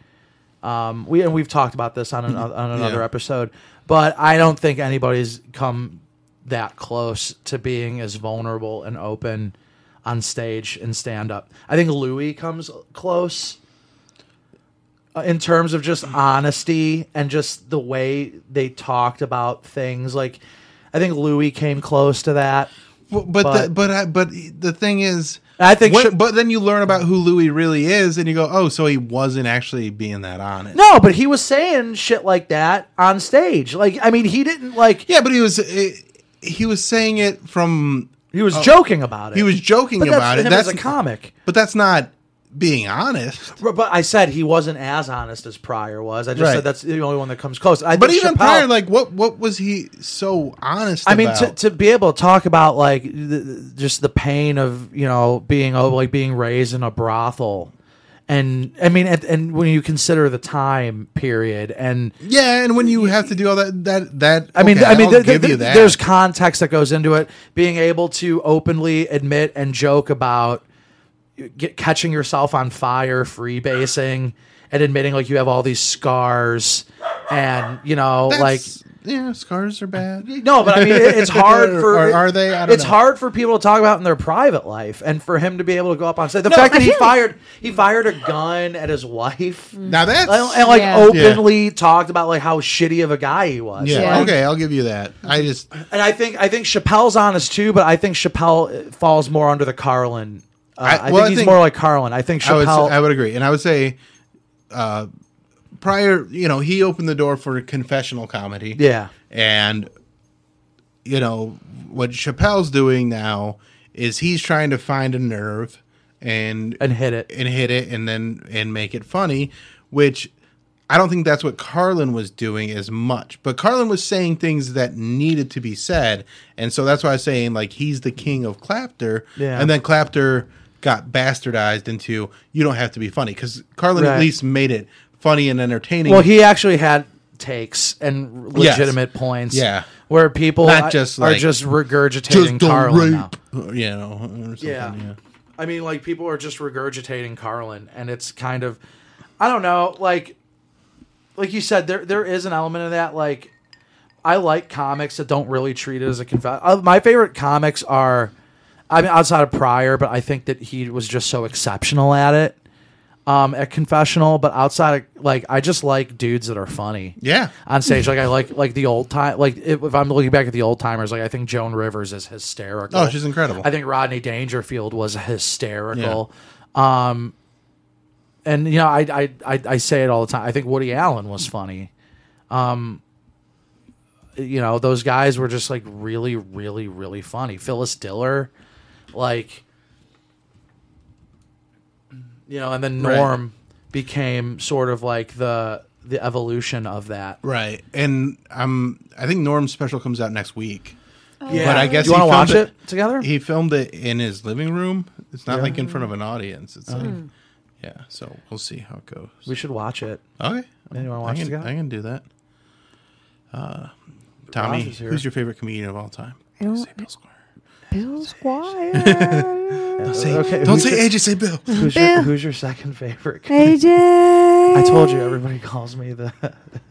Um, we and we've talked about this on an, on another
Mm-hmm. Yeah.
episode, but I don't think anybody's come that close to being as vulnerable and open on stage and stand up. I think Louis comes close uh, in terms of just honesty and just the way they talked about things. Like, I think Louis came close to that.
Well, but
But-
the, but I, but the thing is,
I think
when-
should-
but then you learn about who Louis really is, and you go, oh, so he wasn't actually being that honest.
No, but he was saying shit like that on stage. Like, I mean, he didn't like.
Yeah, but he was eh, he was saying it from
He was joking about it.
Oh. he was joking
But that's
about it.
him
That's
as a comic.
but that's not being honest.
But but I said he wasn't as honest as Pryor was. I just
Right.
said that's the only one that comes close. I
But
think
even
Chappelle-
prior, like what what was he so honest?
I mean, to,
about?
to be able to talk about like th- th- just the pain of you know being oh, like being raised in a brothel, and I mean, and, and when you consider the time period, and
yeah, and when you have to do all that that that
I mean,
okay,
I mean,
I'll
th- th-
give you that.
there's context that goes into it. Being able to openly admit and joke about get, catching yourself on fire, freebasing, and admitting like you have all these scars, and you know,
That's-
like
yeah, scars are bad.
no, but I mean, it, it's hard
Or-
for
or are they? I don't
it's
know.
hard for people to talk about in their private life, and for him to be able to go up on stage. The fact that he fired he fired a gun at his wife.
Now that's
And, and, like
Yeah.
openly talked about like how shitty of a guy he was.
Yeah.
Yeah.
Okay, I'll give you that. I just
And I think I think Chappelle's honest too, but I think Chappelle uh, falls more under the Carlin. Uh, I,
I- well,
think
I
he's
think-
more like Carlin. I think
I would
Chappelle.
I would agree, and I would say, uh, prior, you know, he opened the door for confessional comedy.
Yeah.
and you know what Chappelle's doing now is he's trying to find a nerve and
and hit it.
and hit it and then and make it funny, which I don't think that's what Carlin was doing as much. But Carlin was saying things that needed to be said, and so that's why I was saying like he's the king of Clapter.
Yeah.
And then Clapter got bastardized into you don't have to be funny because Carlin
Right.
at least made it funny and entertaining.
Well, he actually had takes and r-
Yes.
legitimate points.
Yeah.
where people
Not
I-
just,
are
like,
just regurgitating
just don't
Carlin
rape,
now.
you know. or something,
Yeah.
yeah.
I mean, like people are just regurgitating Carlin, and it's kind of, I don't know, like, like you said, there there is an element of that. Like, I like comics that don't really treat it as a confession. Uh, my favorite comics are, I mean, outside of Pryor, but I think that he was just so exceptional at it. Um, at confessional, but outside of like, I just like dudes that are funny.
Yeah.
on stage, like I like like the old time. Like if, if I'm looking back at the old timers, like I think Joan Rivers is hysterical.
Oh, she's incredible.
I think Rodney Dangerfield was hysterical. Um, and you know, I, I I I say it all the time. I think Woody Allen was funny. Um, you know, those guys were just like really, really, really funny. Phyllis Diller, like, you know, and then
Right.
Norm became sort of like the the evolution of that.
Right. And I'm I think Norm's special comes out next week.
Yeah,
But I guess
Do you
he
want to watch
filmed
it,
it-
together?
He filmed it in his living room. It's not like in front of an audience. It's
Uh-huh.
like yeah, so we'll see how it goes.
we should watch it.
okay.
you wanna
I
watch it
can-
together?
I can do that. Uh, Tommy,
is here.
who's your favorite comedian of all time?
don't-
Say Bill Squire.
Bill Squire.
Don't say,
okay,
don't
who's
say
your-
AJ, say Bill.
Who's your, who's your second favorite?
AJ.
I told you everybody calls me the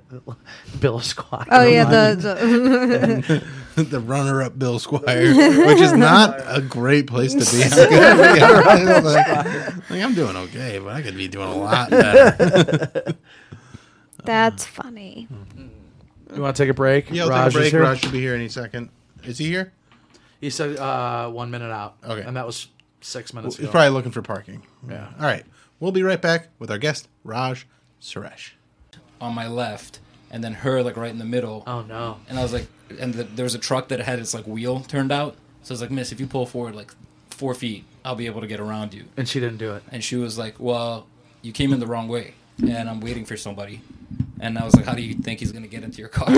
Bill Squire.
Oh yeah, the,
the runner up Bill Squire, which is not a great place to be. I'm gonna be honest. like, like, I'm doing okay, but I could be doing a lot better.
the that's funny.
You want to take a break?
Yeah, we'll
Raj
take a
is
break.
here.
Raj should be here any second. Is he here?
He said uh, one minute out.
Okay.
and that was six minutes
He's
ago.
probably looking for parking. Yeah. All right. We'll be right back with our guest, Raj Suresh.
on my left, and then her like right in the middle.
oh no!
And I was like, and the, there was a truck that had its like wheel turned out. So I was like, Miss, if you pull forward like four feet. I'll be able to get around you."
and she didn't do it.
And she was like, "Well, you came in the wrong way, and I'm waiting for somebody." And I was like, "How do you think he's gonna get into your car?"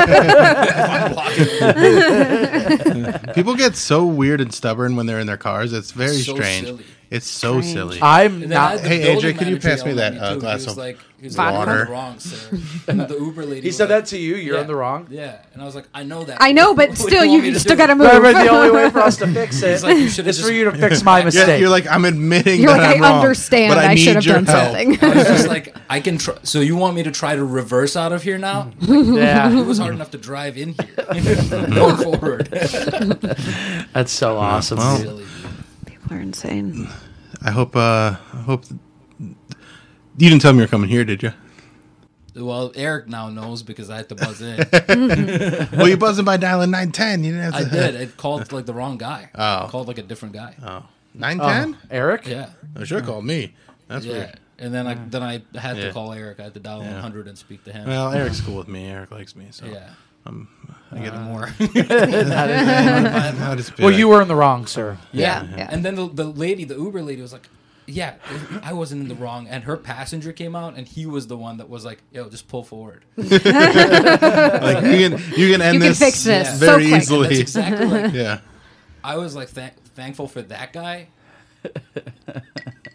I'm blocking him. Uh,
People get so weird and stubborn when they're in their cars. It's very
So
strange.
silly.
It's so
Strange.
silly.
I'm
And then I
not.
had the
Hey,
building
AJ, can you
manager
pass me
yell at
that, uh,
too. He
glass
was
of
like, he was
water?
like, "You're in the wrong, sir." And the Uber lady.
He said that to you. You're in the wrong.
Yeah, and I was like, "I know that."
I know, but
What do
still,
want
you,
me to
still
do?"
gotta move.
But the only way for us to fix it
He's like, "You should have
is
just."
for you to fix my
Yeah,
mistake.
you're like I'm admitting.
You're
that
like,
I'm
I
wrong,
understand.
but I,
I
need
should have
your
done
help."
something.
I was just like, "I can." Tr- so you want me to try to reverse out of here now?
yeah.
It was hard enough to drive in here. Going forward.
That's so awesome.
well.
dude.
People are insane.
I hope. Uh, I hope. you didn't tell me you were coming here, did you?
Well, Eric now knows because I had to buzz in.
Well, you buzzing by dialing nine ten. You didn't
I
have to.
did. It called like the wrong guy. Oh. Called like a different guy.
Nine
Oh,
ten.
Eric?
Yeah.
Oh, sure, called me. That's
Yeah.
weird.
And then I then I had
Yeah.
to call Eric. I had to dial 100 and speak to him.
Well, Eric's cool with me. Eric likes me, so
yeah. Uh,
I get him.
More.
I'll just be
Well,
like,
you were in the wrong, sir.
Yeah, yeah.
And then the, the lady, the Uber lady, was like, "Yeah, I wasn't in the wrong." And her passenger came out, and he was the one that was like, "Yo, just pull forward."
like, you can you can end
You can
this
fix this so
very
quick.
easily.
That's exactly like
yeah.
I was like thank thankful for that guy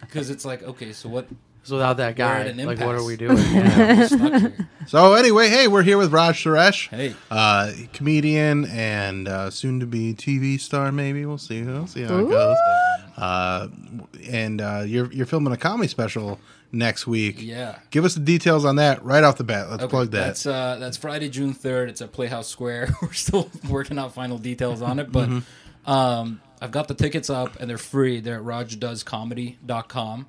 because it's like okay, so what?
So without that
at
guy,
an
like, what
impasse.
are we doing?
We're stuck here.
So anyway, hey, we're here with Raj Suresh,
Hey.
uh, comedian and uh, soon to be TV star. Maybe we'll see. We'll see how it goes. Uh, and uh, you're you're filming a comedy special next week.
Yeah.
Give us the details on that right off the bat. Let's plug that.
That's uh, that's Friday, June third. It's at Playhouse Square. We're still working out final details on it, but
Mm-hmm.
um, I've got the tickets up and they're free. They're at RajDoesComedy.com.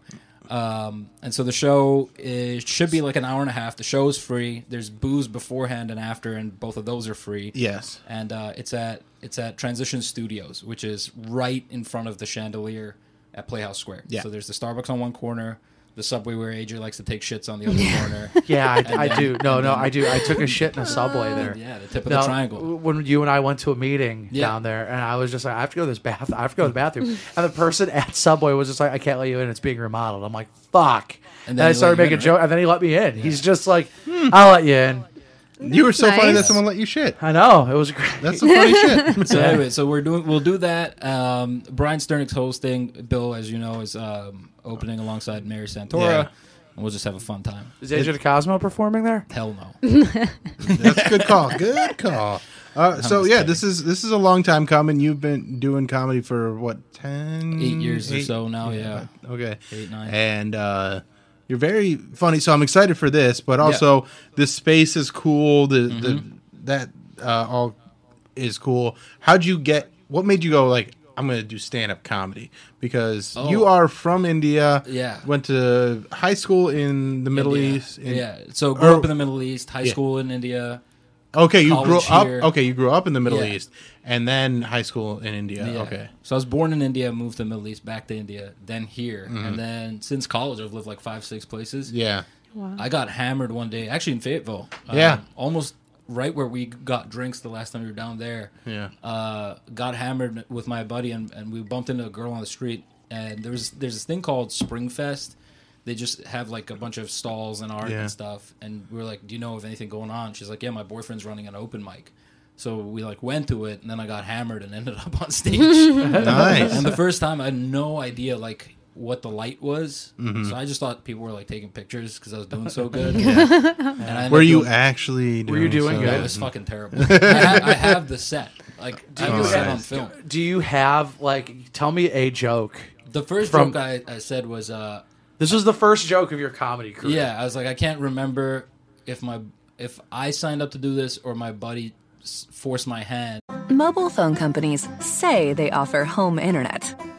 Um, and so the show is, should be like an hour and a half. The show is free. There's booze beforehand and after, and both of those are free.
yes.
And uh, it's at it's at Transition Studios, which is right in front of the chandelier at Playhouse Square.
Yeah.
So there's the Starbucks on one corner, the subway where AJ likes to take shits on the other corner.
Yeah,
And
I, I
then-
do. No, no, I do. I took a shit in a subway there.
Yeah, the tip of
Now,
the triangle.
When you and I went to a meeting
Yeah.
down there, and I was just like, I have to go to this bath. I have to go to the bathroom. and the person at Subway was just like, I can't let you in. It's being remodeled. I'm like, fuck. And
And then
then I
he
started
let you
making a
in, right?
joke, and then he let me in. He's just like, "Hmm, I'll let you in.
You were so funny
nice.
that someone let you shit.
I know it was great.
That's some funny shit.
So anyway, so we're doing we'll do that. Um, Brian Sternick's hosting. Bill, as you know, is um, opening alongside Mary Santora,
Yeah.
and we'll just have a fun time.
Is Agent Cosmo performing there?
Hell no.
That's a good call. Good call. Uh, so yeah, this is this is a long time coming. You've been doing comedy for what ten
Eight years or so now, yeah.
Okay.
Eight, nine.
And uh, you're very funny. So I'm excited for this, but also this space is cool. The the
Mm-hmm.
that uh, all is cool. How'd you get? What made you go like? I'm gonna do stand up comedy because you
Oh.
are from India.
Yeah.
Went to high school in the Middle
India.
East. in-
yeah. So grew
or-
up in the Middle East, high school in India.
Okay, you grew
college
up.
here.
Okay, you grew up in the Middle
Yeah.
East, and then high school in India.
Yeah.
Okay,
So I was born in India, moved to the Middle East, back to India, then here, and then since college I've lived like five, six places.
Mm-hmm. yeah.
I got hammered one day, actually in Fayetteville. Um,
Yeah.
Almost right where we got drinks the last time we were down there.
Yeah.
Uh, got hammered with my buddy, and, and we bumped into a girl on the street. And there was there's this thing called Springfest. They just have like a bunch of stalls and art
Yeah.
and stuff. And we were like, "Do you know of anything going on?" She's like, "Yeah, my boyfriend's running an open mic." So we like went to it, and then I got hammered and ended up on stage.
Nice.
And the first time, I had no idea like what the light was,
Mm-hmm.
so I just thought people were like taking pictures because I was doing so good. And I ended
Were
up
you
doing-
actually? Doing
you doing good?
so
Mm-hmm.
Yeah, it was fucking terrible. I, have, I have the set. Like, I have the set on film.
Do you have like? Tell me a joke.
The first
From-
joke I, I said was, uh,
This was the first joke of your comedy career.
yeah, I was like, I can't remember if my if I signed up to do this or my buddy s- forced my hand.
Mobile phone companies say they offer home internet.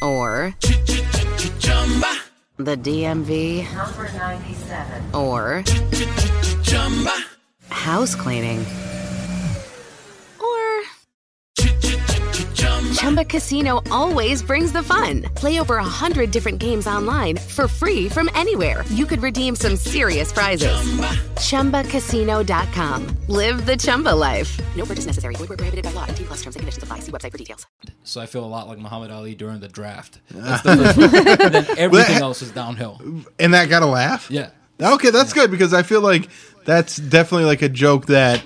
or the DMV or house cleaning or Chumba Casino always brings the fun. Play over a hundred different games online for free from anywhere. You could redeem some serious prizes. ChumbaCasino.com. Live the Chumba life. No purchase necessary. Void where prohibited by law. T plus terms and conditions apply. See website for details.
So I feel a lot like Muhammad Ali during the draft. That's the first one. And then everything else is downhill.
and that got a laugh.
Yeah.
Okay, that's good because I feel like that's definitely like a joke that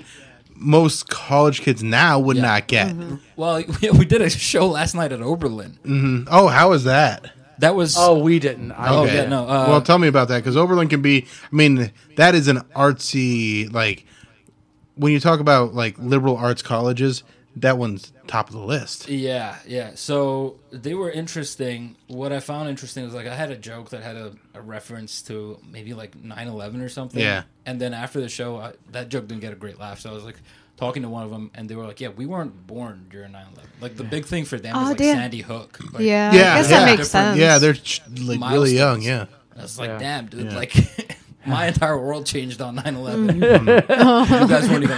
most college kids now would not get.
Well, we did a show last night at Oberlin.
Oh, how is that?
That was
Oh, we didn't. I
Oh,
Okay.
yeah, no, uh,
well, tell me about that because Oberlin can be. I mean, that is an artsy like. When you talk about like liberal arts colleges, that one's top of the list.
Yeah, yeah. So they were interesting. What I found interesting was like I had a joke that had a, a reference to maybe like 9 11 or something.
Yeah.
And then after the show, I, that joke didn't get a great laugh. So I was like talking to one of them, and they were like, Yeah, we weren't born during 9 11. Like the big thing for them
Oh,
is like
damn.
Sandy Hook. Like,
Yeah,
Yeah,
I guess
yeah.
that makes
Different-
sense.
Yeah, they're ch- like really
Milestones.
young. Yeah.
I was like, Damn, dude. Like my entire world changed on 9 11.
Mm.
You guys weren't even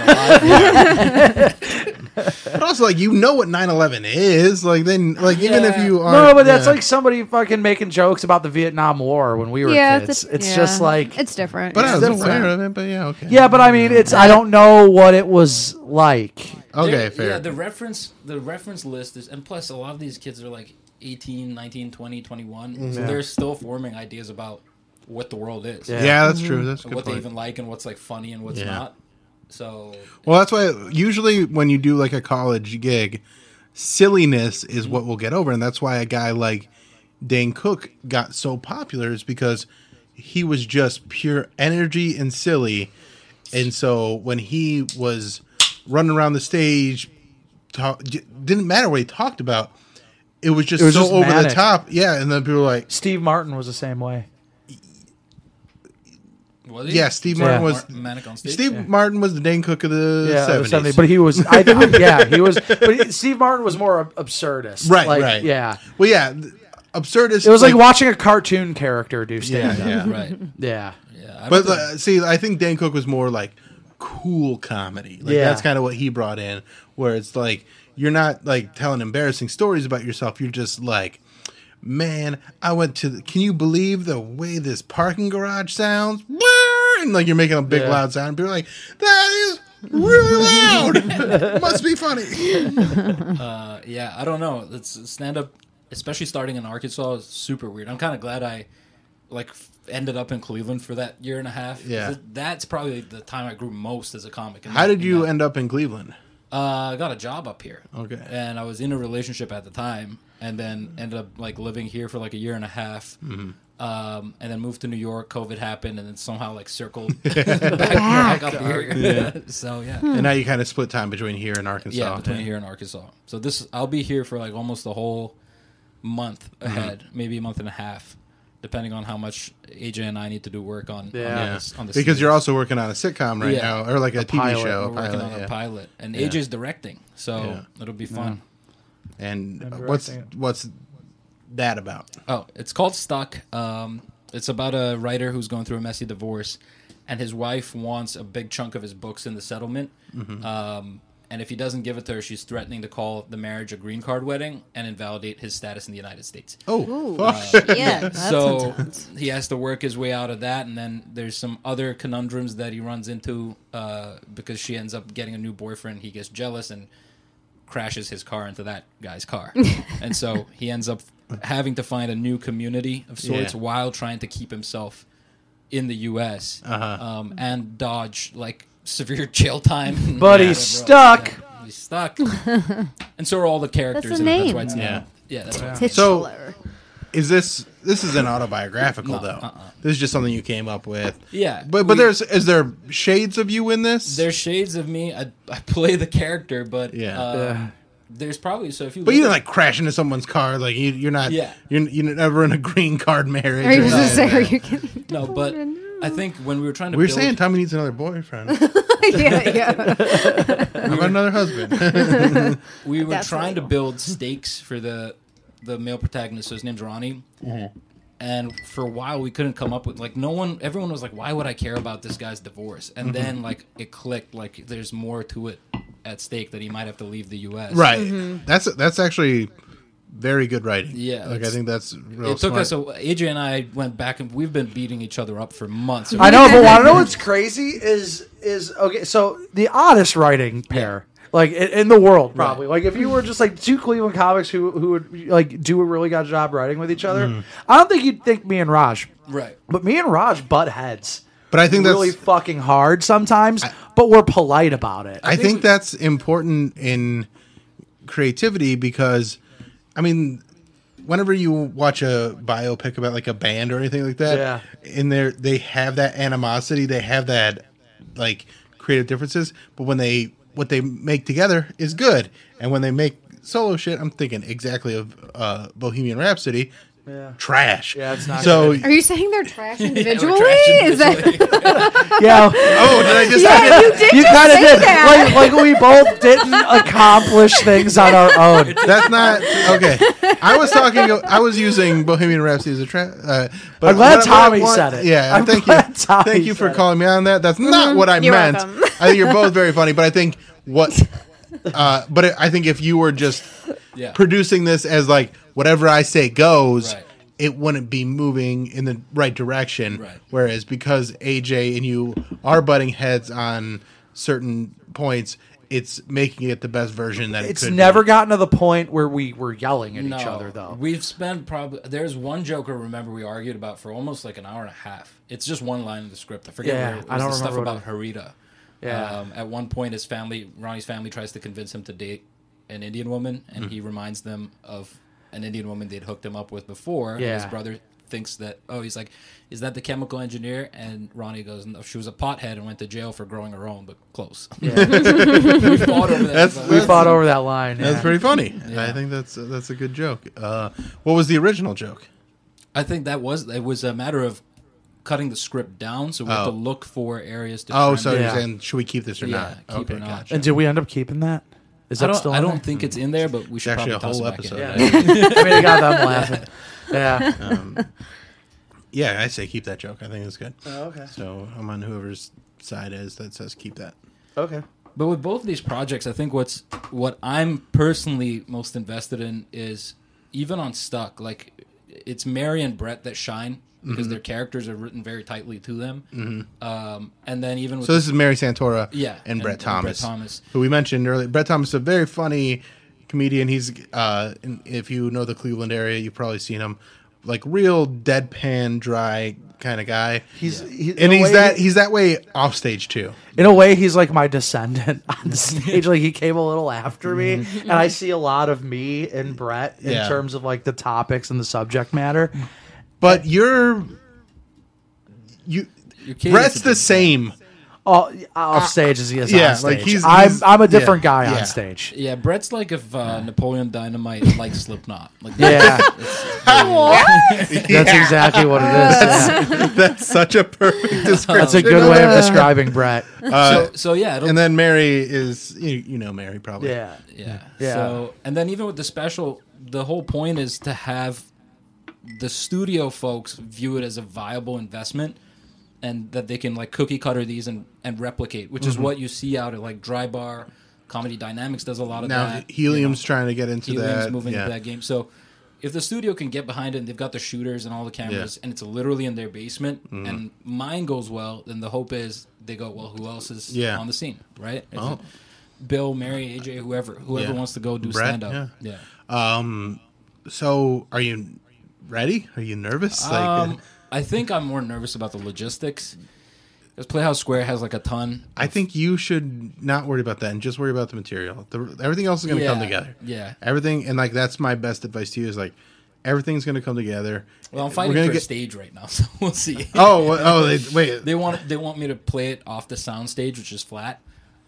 alive.
But also, like you know what 9-11 is. Like then, like even if
Yeah.
you are
No, but that's
yeah.
like somebody fucking making jokes about the Vietnam War when we were
yeah,
kids.
a-
It's
yeah.
just like
it's different.
But I
yeah.
was
different.
aware of it. But yeah, okay.
Yeah, but I mean, it's I don't know what it was like.
Okay,
There-
fair.
Yeah, the reference the reference list is and plus a lot of these kids are like 18, 19, 20, 21. So they're still forming ideas about what the world is.
Yeah.
Mm-hmm. Yeah, that's true. That's a
And
good
what they
point.
even like and what's like funny and what's
Yeah.
not. So
Well, that's why usually when you do like a college gig, silliness is what will get over, and that's why a guy like Dane Cook got so popular is because he was just pure energy and silly, and so when he was running around the stage, talk, d- didn't matter what he talked about. It was just
It was
so
just
over the
manic.
top, yeah. And then people were like,
Steve Martin was the same way.
was
"Yeah, Steve Martin
Yeah.
was
manic on stage.
Steve Martin was the Dane Cook of the
Yeah, of the
70s.
70s, but he was. I, I- yeah, he was. But he- Steve Martin was more ab- absurdist.
Right,
like,
right.
Yeah,
Well, yeah, th- absurdist.
it was like, watching a cartoon character do
Yeah,
stand up.
yeah.
right.
Yeah.
Yeah, I
But
don't
uh, see, I think Dan Cook was more like cool comedy. Like
Yeah.
that's kind of what he brought in, where it's like you're not like telling embarrassing stories about yourself. You're just like, man, I went to. The, can you believe the way this parking garage sounds? And like you're making a big
Yeah.
loud sound. And people are like, that is really loud. Must be funny. uh,
think- yeah, I don't know. It's stand up, especially starting in Arkansas, is super weird. I'm kind of glad I like f- ended up in Cleveland for that year and a half.
Yeah.
that's probably the time I grew most as a comic. in
How
that-
did
in
you
that-
end up in Cleveland?
Uh, I got a job up here.
Okay.
And I was in a relationship at the time, and then ended up like living here for like a year and a half.
Mm-hmm.
Um, and then moved to New York. COVID happened, and then somehow like circled back, back up here. so yeah,
And now you kind of split time between here and Arkansas.
yeah, between here and Arkansas. So this, I'll be here for like almost the whole month
Mm-hmm.
ahead, maybe a month and a half, depending on how much AJ and I need to do work on.
Yeah.
on the-
Yeah.
on the
because you're
series.
also working on a sitcom right
Yeah.
now, or like a, TV
pilot.
show,
We're
a
working
pilot,
on
yeah.
a pilot, and AJ's directing, so
Yeah.
it'll be fun.
And what's
directing it.
what's that about?
Oh, it's called Stuck. Um, it's about a writer who's going through a messy divorce, and his wife wants a big chunk of his books in the settlement. Um, and if he doesn't give it to her, she's threatening to call the marriage a green card wedding and invalidate his status in the United States.
Oh,
Ooh.
fuck.
yeah, that's
so
intense.
he has to work his way out of that, and then there's some other conundrums that he runs into uh, because she ends up getting a new boyfriend. He gets jealous and crashes his car into that guy's car, and so he ends up having to find a new community of sorts
Yeah.
while trying to keep himself in the U.S. Um, and dodge like severe jail time.
But
Yeah.
he's stuck.
He's stuck, and so are all the characters.
That's the
in it. That's
name.
why it's
Yeah.
named- yeah, that's why it's
So-
Hitler.
Is this this is an autobiographical though? This is just something you came up with.
uh-uh. Yeah,
but but
we-
there's is there shades of you in this?
There's shades of me. I, I play the character, but
Yeah.
uh,
Yeah.
there's probably so if you
but you
look
don't
at-
like crash into someone's car. Like you, you're not.
Yeah.
You're, you're never in a green card marriage.
Are you
or
gonna
something.
say? Are you kidding?
no, but I think when we were trying to
We We're
build,
saying Tommy needs another boyfriend. How
yeah, yeah.
about another husband?
we were
That's
trying to
illegal.
build stakes for the the male protagonist. So his name's Ronnie.
Mm-hmm.
And for a while, we couldn't come up with like no one. Everyone was like, "Why would I care about this guy's divorce?" And
Mm-hmm.
then like it clicked. Like there's more to it at stake that he might have to leave the U.S.
Right. That's that's actually very good writing.
Mm-hmm. Yeah,
Like I
it's-
think that's real
It took
smart.
us. A, Adrian and I went back and we've been beating each other up for months.
I know, but want to know what's crazy is is okay. So the oddest writing pair, like in, in the world, probably. Like if you were just like two Cleveland comics who who would like do a really good job writing with each other,
Mm-hmm.
I don't think you'd think me and Raj,
Right.
but me and Raj butt heads.
But I think that's-
really fucking hard sometimes, but we're polite about it.
I think, that's important in creativity because, I mean, whenever you watch a biopic about like a band or anything like that,
Yeah.
in there they have that animosity, they have that like creative differences, but when they what they make together is good, and when they make solo shit, I'm thinking exactly of uh, Bohemian Rhapsody.
Yeah.
Trash.
Yeah, it's not
so.
Are you saying they're trash individually? Is that
yeah,
Oh, did I just?
yeah, you did
you
just
kind of
say
did.
that.
Like, like we both didn't accomplish things on our own.
That's not okay. I was talking. I was using Bohemian Rhapsody as a trap. Uh, but
I'm glad
what I- what I
Tommy
want-
said it.
Yeah,
I'm
thank you.
glad Tommy
thank you for
said it.
calling me on that. That's not what I
Mm-hmm. You're
meant.
welcome.
I think you're both very funny, but I think what. Uh, but it, I think if you were just
Yeah.
producing this as like whatever I say goes,
Right.
it wouldn't be moving in the right direction.
Right.
Whereas because AJ and you are butting heads on certain points, it's making it the best version that
It's
it could
never
be.
gotten to the point where we were yelling at
No,
each other, though.
We've spent probably there's one joke I remember we argued about for almost like an hour and a half. It's just one line in the script. I forget.
Yeah,
where it was.
I don't
the stuff
remember
about
what
Harita.
Yeah.
Um, at one point, his family, Ronnie's family, tries to convince him to date an Indian woman, and he
Mm.
reminds them of an Indian woman they'd hooked him up with before. and His
Yeah.
brother thinks that oh he's like is that the chemical engineer and ronnie goes no she was a pothead and went to jail for growing her own but close we fought over that
That's-
But-
we fought over that line.
That's
yeah.
pretty funny. I think that's that's a good joke. Uh, what was the original joke?
I think that was it was a matter of cutting the script down, so we have to look for areas to.
Oh,
trim
so
it.
you're
Yeah.
saying should we keep this or
yeah,
not?
keep it or not.
gotcha.
and did we end up keeping that? Is
I
that
don't.
still?
I
on
don't think it's in there, but we should
actually
probably
a
toss
whole
it back in.
episode.
there? Yeah. I mean, I got them laughing. Yeah,
Yeah, I say keep that joke. I think it's good.
Oh,
okay.
So I'm on whoever's side is that says keep that.
okay.
But with both of these projects, I think what's what I'm personally most invested in is even on Stuck, like it's Mary and Brett that shine because
Mm-hmm.
their characters are written very tightly to them. Um, and then even with
So this is Mary Santora,
Yeah,
and,
and-
Brett
and Brett
Thomas,
Thomas.
who we mentioned earlier. Brett Thomas, is a very funny comedian. He's uh, in- if you know the Cleveland area, you've probably seen him, like real deadpan, dry kind of guy.
He's he- in
and
a
he's
way-
that he's that way off stage too.
in a way he's like my descendant on stage. like he came a little after me, and I see a lot of me and Brett in
Yeah.
terms of like the topics and the subject matter.
But you're you
your kids-
Brett's the same.
All off stage as he is
yeah,
on stage.
like, he's-
I'm
he's-
I'm a different
yeah,
guy
yeah.
on stage.
Yeah, Brett's like if uh, Napoleon Dynamite like Slipknot. Like
Yeah,
That's
that's exactly what it is. yeah.
That's such a perfect description.
That's a good way of describing Brett.
Uh,
so, so yeah, it'll
and then Mary is you, you know Mary probably.
Yeah.
Yeah.
Yeah.
So, and then even with the special, the whole point is to have the studio folks view it as a viable investment and that they can like cookie cutter these and, and replicate, which
Mm-hmm.
is what you see out at like Dry Bar. Comedy Dynamics does a lot of
Now
that. you know,
Helium's trying to get into
Helium's
that.
moving
yeah.
into that game. So if the studio can get behind it and they've got the shooters and all the cameras
Yeah. Mm-hmm.
and it's literally in their basement and mine goes well, then the hope is they go, well, who else is
Yeah.
on the scene, right? Is
Oh.
it Bill, Mary, AJ, whoever, whoever
Yeah.
wants to go do
Brett,
stand up.
yeah.
Yeah.
So are you ready? Are you nervous?
Um, I think I'm more nervous about the logistics. Because Playhouse Square has like a ton.
I think you should not worry about that and just worry about the material. The, everything else is going to come
Yeah,
together.
yeah.
Everything and like that's my best advice to you is like everything's going to come together.
Well, I'm
We're
fighting for
gonna
a
get-
stage right now, so we'll see.
Oh, wha- oh, they, wait.
They want they want me to play it off the soundstage, which is flat.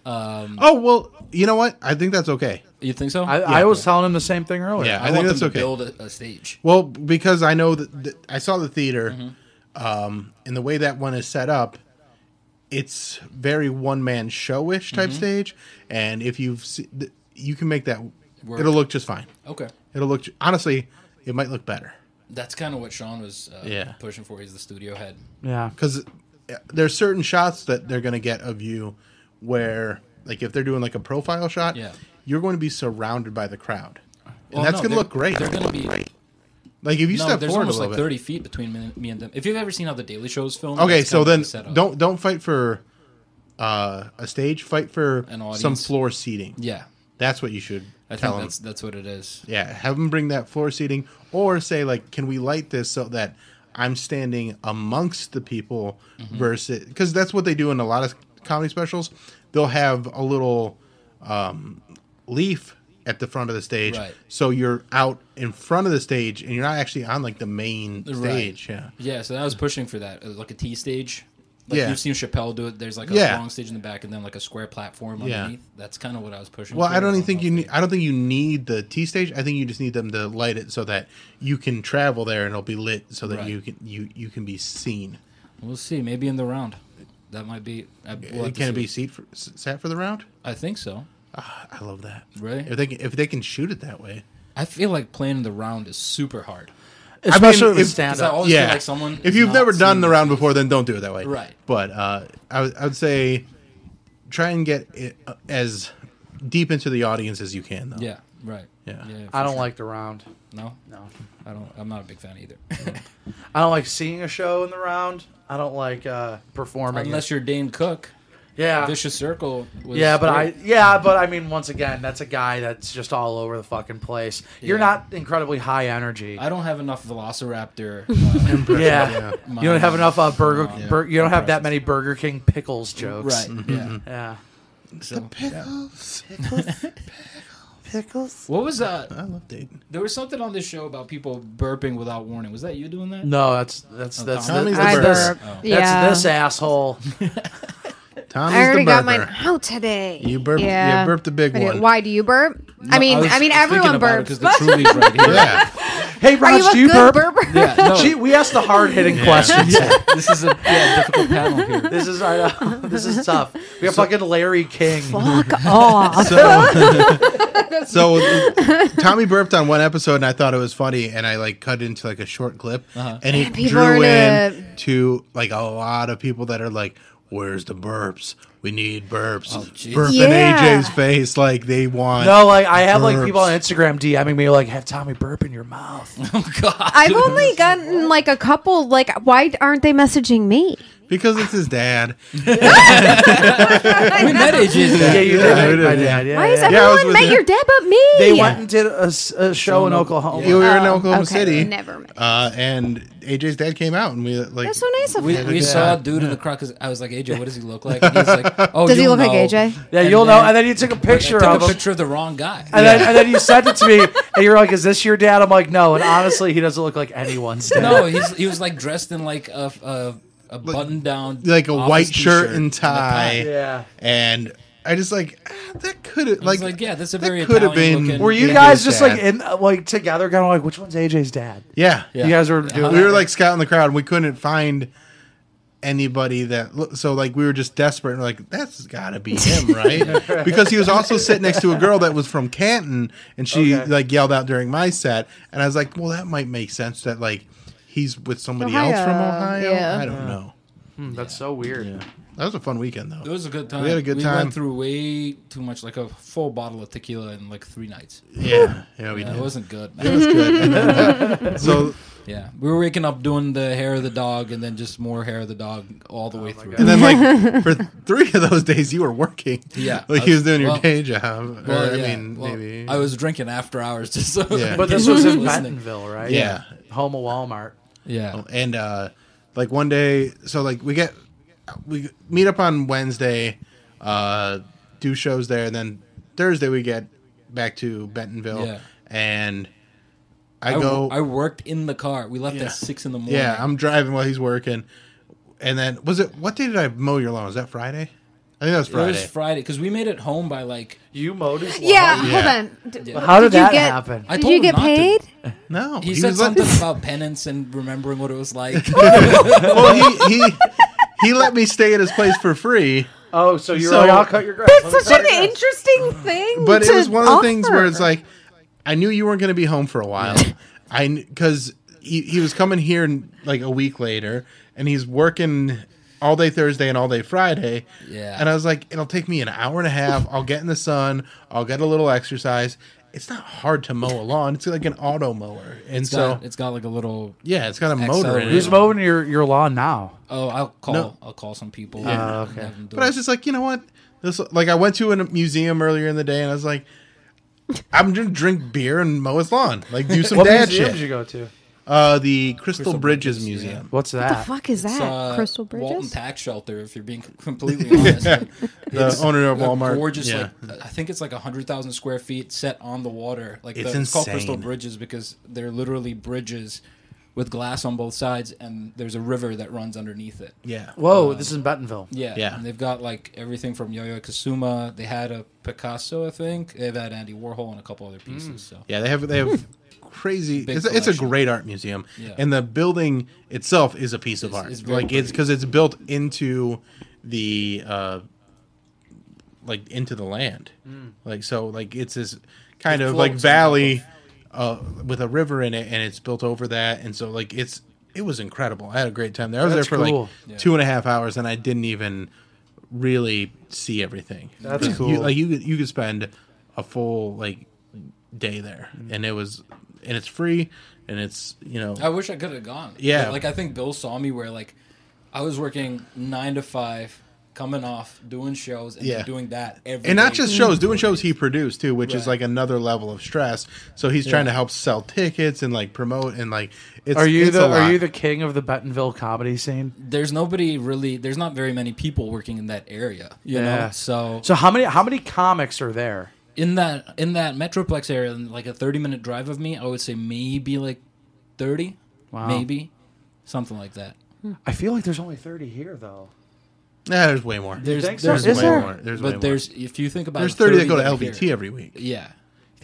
Um,
oh, well, you know what? I think that's okay.
you think so?
I, I was telling him the same thing earlier.
Yeah, I,
I,
think
want
that's
them
okay.
to build a, a stage.
Well, because I know that, that I saw the theater, um, and the way that one is set up, it's very one man showish type stage. And if you've se- th- you can make that, it'll look just fine.
Okay.
It'll look ju- honestly, it might look better
That's kind of what Sean was uh,
Yeah.
pushing for. He's the studio head.
Yeah.
because there's certain shots that they're going to get of you where like if they're doing like a profile shot
Yeah.
you're going to be surrounded by the crowd and
Well,
that's going to
no, they're-
look great
They're going to be
like if you
no,
step
there's
forward a
almost
little
like
bit
30 feet between me, me and them. If you've ever seen how the Daily Show's filmed,
okay
that's
so
kinda
then
the setup.
don't don't fight for uh, a stage fight for
An
some
audience.
floor seating
Yeah,
that's what you should
I
tell
think
them
that's that's what it is.
yeah have them bring that floor seating or say like can we light this so that i'm standing amongst the people
Mm-hmm.
versus because that's what they do in a lot of comedy specials they'll have a little um, leaf at the front of the stage
Right.
so you're out in front of the stage and you're not actually on like the main stage yeah
Yeah, so I was pushing for that, uh, like a T stage. Like
Yeah.
you've seen Chappelle do it. There's like a
Yeah.
long stage in the back, and then like a square platform
Yeah.
underneath. That's kind of what I was pushing.
well
for.
i don't even
know
think
if
you
they-
need i don't think you need the t stage i think you just need them to light it so that you can travel there and it'll be lit so that
Right.
you can you you can be seen
We'll see. Maybe in the round, that might be. I, we'll have to
can it
see.
be seat for, s- sat for the round?
I think so.
I love that.
Really?
If they can, if they can shoot it that way,
I feel like playing in the round is super hard.
Especially
mean,
with
if-
stand
Because I
up.
always feel like someone.
if
is
you've
not
never done
seeing
the round before, then don't do it that way.
Right.
But uh, I would I would say try and get it uh, as deep into the audience as you can. Though.
it. Yeah. Right.
Yeah.
yeah
I
for
don't
sure.
like the round.
No.
No.
I don't. I'm not a big fan either.
I don't like seeing a show in the round. I don't like uh performing.
Unless you're Dane Cook,
yeah.
Vicious Circle. Was
Yeah, but I
great.
yeah, but I mean once again, that's a guy that's just all over the fucking place. You're
Yeah.
not incredibly high energy.
I don't have enough Velociraptor. Uh,
yeah.
my-
You don't have enough uh, burger
Yeah.
bur- you don't have that many Burger King pickles jokes.
Right. Yeah.
Yeah.
So, what was that?
I love Dayton.
There was something on this show about people burping without warning. Was that you doing that?
No, that's
Oh,
that's that's
Tommy's the
that's
burger.
this,
burp.
that's
yeah.
this asshole.
Tommy's
I
the burger.
already got mine out today.
You burped- you burped the big
I did.
one.
Why do you burp? I mean, I, mean, everyone burps.
because the Truly's right here.
Yeah.
Hey, Raj,
Are you a
do you
good
burp?
burper?
Yeah, no,
Gee, we asked the hard hitting questions.
this is a yeah, difficult panel here.
This is I know, this is tough. We got fucking Larry King.
Fuck off.
so Tommy burped on one episode, and I thought it was funny, and I like cut into like a short clip,
Uh-huh.
and it
And people are
drew in
gonna-
to like a lot of people that are like, "Where's the burps? We need burps."
jeez.
Burp in
Yeah.
AJ's face, like they want.
Oh, No, like I have like people on
burps.
Instagram DMing me like, have Tommy burp in your mouth.
Oh God,
I've only gotten like a couple. Like, why aren't they messaging me?
because it's his dad.
we met AJ's
yeah,
dad.
you
yeah,
did.
we did,
My
yeah.
dad, yeah,
Why is
yeah.
I was
everyone
with
met
you.
your dad but me?
They went and did a, s- a show in Oklahoma.
We were in
Oh,
Oklahoma
okay.
City,
Never mind.
uh, and AJ's dad came out, and we like
That's so nice of
We,
him.
we saw a dude in the crowd because I was like, AJ, what does he look like? And he's like, Oh,
Does he
you'll
look like
know.
AJ?
Yeah,
And
you'll
then
know. And then you took a picture of
I took a
him.
picture of the wrong guy.
And then, and then you sent it to me, and you were like, "Is this your dad?" I'm like, "No." And honestly, he doesn't look like anyone's dad.
No, he's, he was like dressed in like a a, a button down,
like a
office
white
t-shirt
shirt and tie,
a
Yeah.
and I just like ah, that could have
was
like
like, yeah, that's a
that
very
could have
Italian
been.
looking-
Were you
Yeah,
guys
his
just
dad.
like in like together, kind of like, "Which one's AJ's dad?"
yeah, yeah.
You guys were
Uh-huh.
doing.
we were like scouting the crowd and we couldn't find anybody that lo- so like we were just desperate and we're like that's gotta be him right because he was also sitting next to a girl that was from canton and she
Okay.
like yelled out during my set and i was like well that might make sense that like he's with somebody else from
Ohio,
ohio
yeah.
i don't know
Hmm, that's so weird.
that was a fun weekend though
It was a good time.
We had a good
we
time.
went through way too much, like a full bottle of tequila in like three nights.
yeah yeah we
Yeah,
did
it wasn't good.
it was good And then, uh, so
yeah, we were waking up doing the hair of the dog, and then just more hair of the dog all the way through.
and then like for three of those days you were working
Yeah.
like you was doing your
Well-
day job
Well,
or, i
Uh, yeah,
mean
well,
maybe
I was drinking after hours, just so
Yeah.
But this was in
Listening.
Bentonville, right?
Yeah.
Home of Walmart.
Yeah,
and uh like one day so like we get we meet up on wednesday uh do shows there and then thursday we get back to bentonville
Yeah.
and
I,
i,
w-
go
I worked in the car. We left
Yeah.
at six in the morning.
yeah i'm driving while he's working and then was it what day did i mow your lawn was that friday i think that was
It
friday
was Friday because we made it home by like.
You mowed his lawn.
Yeah,
Yeah.
hold on. D-
Yeah.
How did,
you
that
get-
happen?
I
Did
told
you
him
get
not to.
paid?
no
He, said
was like-
something about penance and remembering what it was like.
well he, he he let me stay at his place for free
oh, so you're
So-
like, I'll cut your grass. Let me cut
That's such
your
an
grass.
interesting thing.
but
to
it was one of the things where
offer.
it's like I knew you weren't going to be home for a while, I because he, he was coming here n- like a week later, and he's working all day Thursday and all day Friday.
Yeah.
and I was like, it'll take me an hour and a half. I'll get in the sun. I'll get a little exercise. It's not hard to mow a lawn. It's like an auto mower, and
It's
so
got, it's got like a little.
yeah, it's got a motor in
Accelerator.
it.
Who's mowing your, your lawn now?
Oh, I'll call.
No. Ah,
I'll call some people.
Yeah.
and have them do
But I
it.
was just like, you know what? This like I went to a museum earlier in the day, and I was like, I'm gonna drink beer and mow his lawn, like do some
What
dad
museum
shit.
did you go to?
Uh, the Crystal, Bridges, Museum.
What's
What
that?
the fuck is that?
It's, uh,
Crystal
Walton
Bridges?
Tax Shelter. If you're being c- completely honest, Like, it's
The owner of
a
Walmart.
Gorgeous.
Yeah.
Like, I think it's like hundred thousand square feet set on the water. Like
It's
the, it's called
insane.
Crystal Bridges because they're literally bridges with glass on both sides, and there's a river that runs underneath it.
Yeah.
Whoa, this is in Bentonville.
Yeah,
Yeah.
And they've got like everything from Yo-Yo Kasuma. They had a Picasso, I think. They've had Andy Warhol and a couple other pieces. So
Yeah, they have they have crazy.
Big
It's, a- it's a
collection.
great art museum,
Yeah.
and the building itself is a piece of art.
it's very
like it's because it's built into the uh, like into the land. Like so, like it's this kind
Mm. It
of like
floats on top
valley uh, with a river in it, and it's built over that, and so like it's it was incredible. I had a great time there. I was
That's
there for
cool.
like two and a half hours, and I didn't even really see everything.
That's
You-
cool.
like you could- you could spend a full like day there,
Mm-hmm.
and it was and it's free, and it's you know
Oh,
I wish I could have gone.
Yeah.
But, like I think Bill saw me where like I was working nine to five, coming off doing shows and
Yeah.
then doing that every
and not
day.
just shows, doing shows he produced too, which is
Right.
like another level of stress. So he's trying to help sell tickets and like promote and like it's
Are you
it's
the
a lot.
are you the king of the Bentonville comedy scene?
There's nobody really. There's not very many people working in that area. You know. So,
So how many how many comics are there?
in that in that metroplex area, in, like a 30 minute drive of me, I would say maybe like 30, maybe something like that.
I feel like there's only thirty here though.
Nah, there's way more.
There's
think so?
there's
There's
Is
way
there?
more. There's way
but there's if you think about
more. there's
it,
thirty that go to
live
LVT
here.
every week.
Yeah.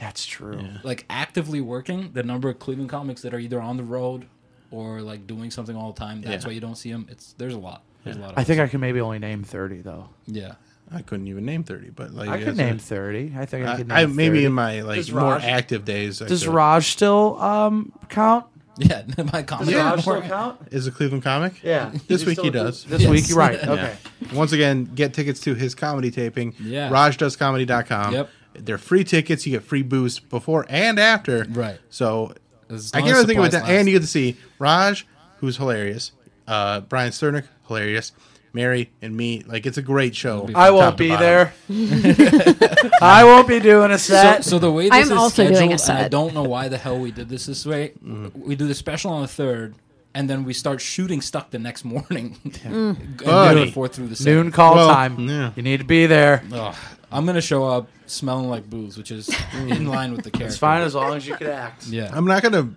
That's true.
like actively working, the number of Cleveland comics that are either on the road or like doing something all the time. That's
Yeah.
why you don't see them. It's there's a lot. There's a lot. Of
I think
us.
I can maybe only name thirty though.
yeah.
I couldn't even name thirty, but like
I could
it's
name
a-
thirty. I think I could name
I, I maybe
30.
in my like
Does
more
Raj-
active days. I
Does
could-
Raj still um count?
Yeah, my comics.
Does
are
Raj
more-
still count?
is a Cleveland comic?
Yeah.
This week he does.
This
Yes.
week you're right. Okay.
Once again, get tickets to his comedy taping.
Yeah.
RajDoesComedy.com.
Yep.
They're free tickets. You get free booze before and after.
Right.
So
As
I
long
can't
as
really think of it.
supplies
That. And
last.
you get to see Raj, who's hilarious. Uh, Brian Sternick, hilarious. Mary and me. Like, it's a great show.
I
top
won't
to
be
bottom.
there. I won't be doing a
So,
set.
so the way this
I'm
is
also
scheduled,
doing a
and I
set.
don't know why the hell we did this this way.
Mm.
We do the special on the third, and then we start shooting stuck the next morning. and do
Buddy.
it fourth through the second.
Noon call
Well,
time.
yeah.
You need to be there.
Ugh. I'm gonna show up smelling like booze, which is in line with the character.
It's fine as long as you can act.
Yeah.
I'm not going to.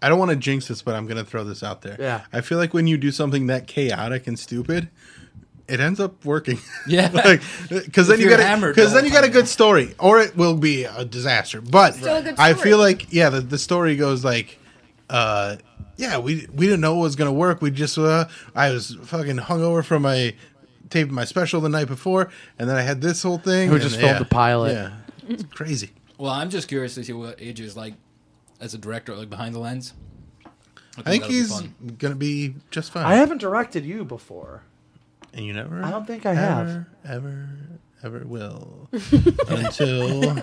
I don't want to jinx this, but I'm going to throw this out there.
Yeah.
I feel like when you do something that chaotic and stupid, it ends up working.
Yeah.
like because then
If
you
you're
got a
hammered
because
the
then
whole
you got a
time.
good story, or it will be a disaster. But
Still a good
I
story.
feel like yeah, the, the story goes like, uh, yeah, we we didn't know it was gonna work. We just uh, I was fucking hungover from my taping my special the night before, and then I had this whole thing.
We
and
just filmed the pilot.
Yeah, it's crazy.
Well, I'm just curious to see what age is like as a director, like behind the lens.
I think
that'll be
he's
fun.
gonna be just fine.
I haven't directed you before.
and you never.
I don't think I have.
ever, ever ever will until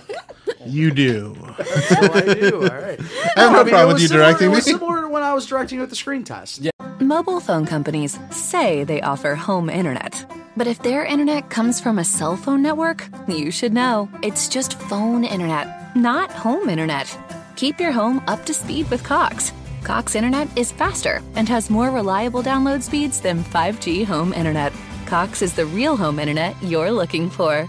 you do.
Oh, I do. All right.
I have no, problem
it
with
was
you
similar-
directing
it
me.
was similar to when I was directing you at the screen test. Yeah.
Mobile phone companies say they offer home internet. But if their internet comes from a cell phone network, you should know. It's just phone internet, not home internet. Keep your home up to speed with Cox. Cox internet is faster and has more reliable download speeds than 5G home internet. Cox is the real home internet you're looking for.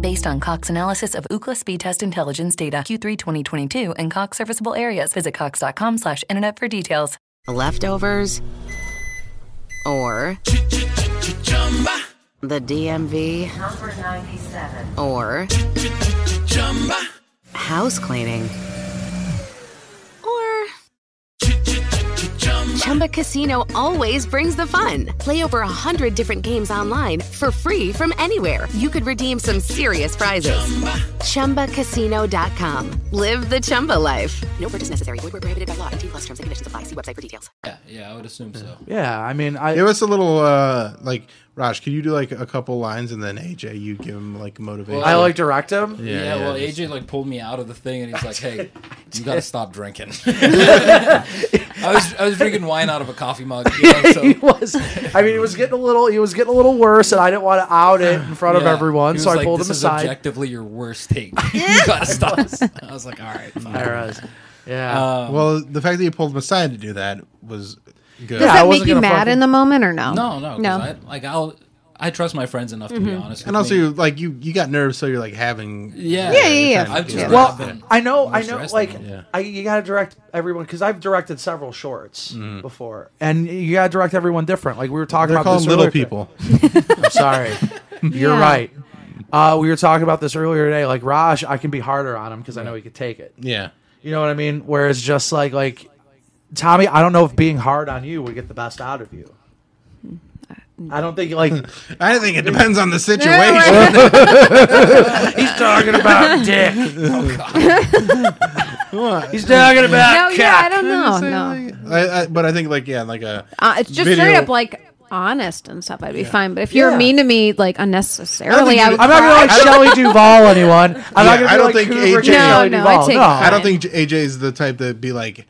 Based on Cox analysis of Ookla speed test intelligence data Q3 2022 and Cox serviceable areas, visit cox.com/internet slash internet for details.
leftovers, or the DMV, or house cleaning, or Chumba Casino always brings the fun. Play over a hundred different games online for free from anywhere. You could redeem some serious prizes. ChumbaCasino.com. Live the Chumba life. No purchase necessary. Void where prohibited by law. T plus terms and conditions apply. See website for details.
Yeah, yeah, I would assume so.
Yeah, I mean, I
Give us a little, uh, like, Raj, could you do like a couple lines and then AJ, you give him like motivation?
I like direct him.
Yeah,
yeah,
well,
just-
AJ like pulled me out of the thing, and he's like, "Hey, you gotta stop drinking." I was I was drinking wine out of a coffee mug. You know, so
he was. I mean, he was getting a little. He was getting a little worse, and I didn't want to out it in front of
yeah.
everyone,
He
so I
was like,
pulled
this
him
is
aside.
Objectively, your worst take. you gotta stop. I was like, "All right." fine."
I was.
Uh,
Yeah.
um,
well, the fact that you pulled him aside to do that was good.
Yeah. I
Does that
wasn't
make you
gonna
mad
fucking-
in the moment or no?
No, no, no.
no.
I, like I'll I trust my friends enough to be
Mm-hmm.
honest.
And
with
also,
me.
you like you you got nerves, so you're like having
yeah,
Yeah, yeah, yeah.
I've just
Yeah.
not
well,
been-
I know, I know.
stressed
Like,
about
it. Yeah.
I you gotta direct everyone because I've directed several shorts
Mm-hmm.
before, and you gotta direct everyone different. Like we were talking
They're
about
called
this
little
earlier-
people.
I'm sorry, you're
Yeah.
right. Uh, we were talking about this earlier today. Like Raj, I can be harder on him because I know he could take it.
Yeah.
You know what I mean? Whereas just like like Tommy, I don't know if being hard on you would get the best out of you.
Mm,
I don't think like
I think it depends on the situation.
he's talking about dick.
What?
He's talking about
Oh, No, yeah, I
cock.
don't know. No,
I, I, but I think like yeah, like a
uh, it's just
Video-
straight up like honest and stuff. I'd be fine. But if you're
Yeah.
mean to me, like unnecessarily,
I don't
I would.
think
I'm not gonna like Shelley Duvall anyone. I'm
Yeah,
not gonna be
I don't
like
think
Kubrick
AJ
and
No,
Shelley
no,
Duvall.
I take
no.
that.
I don't think AJ's the type that'd be like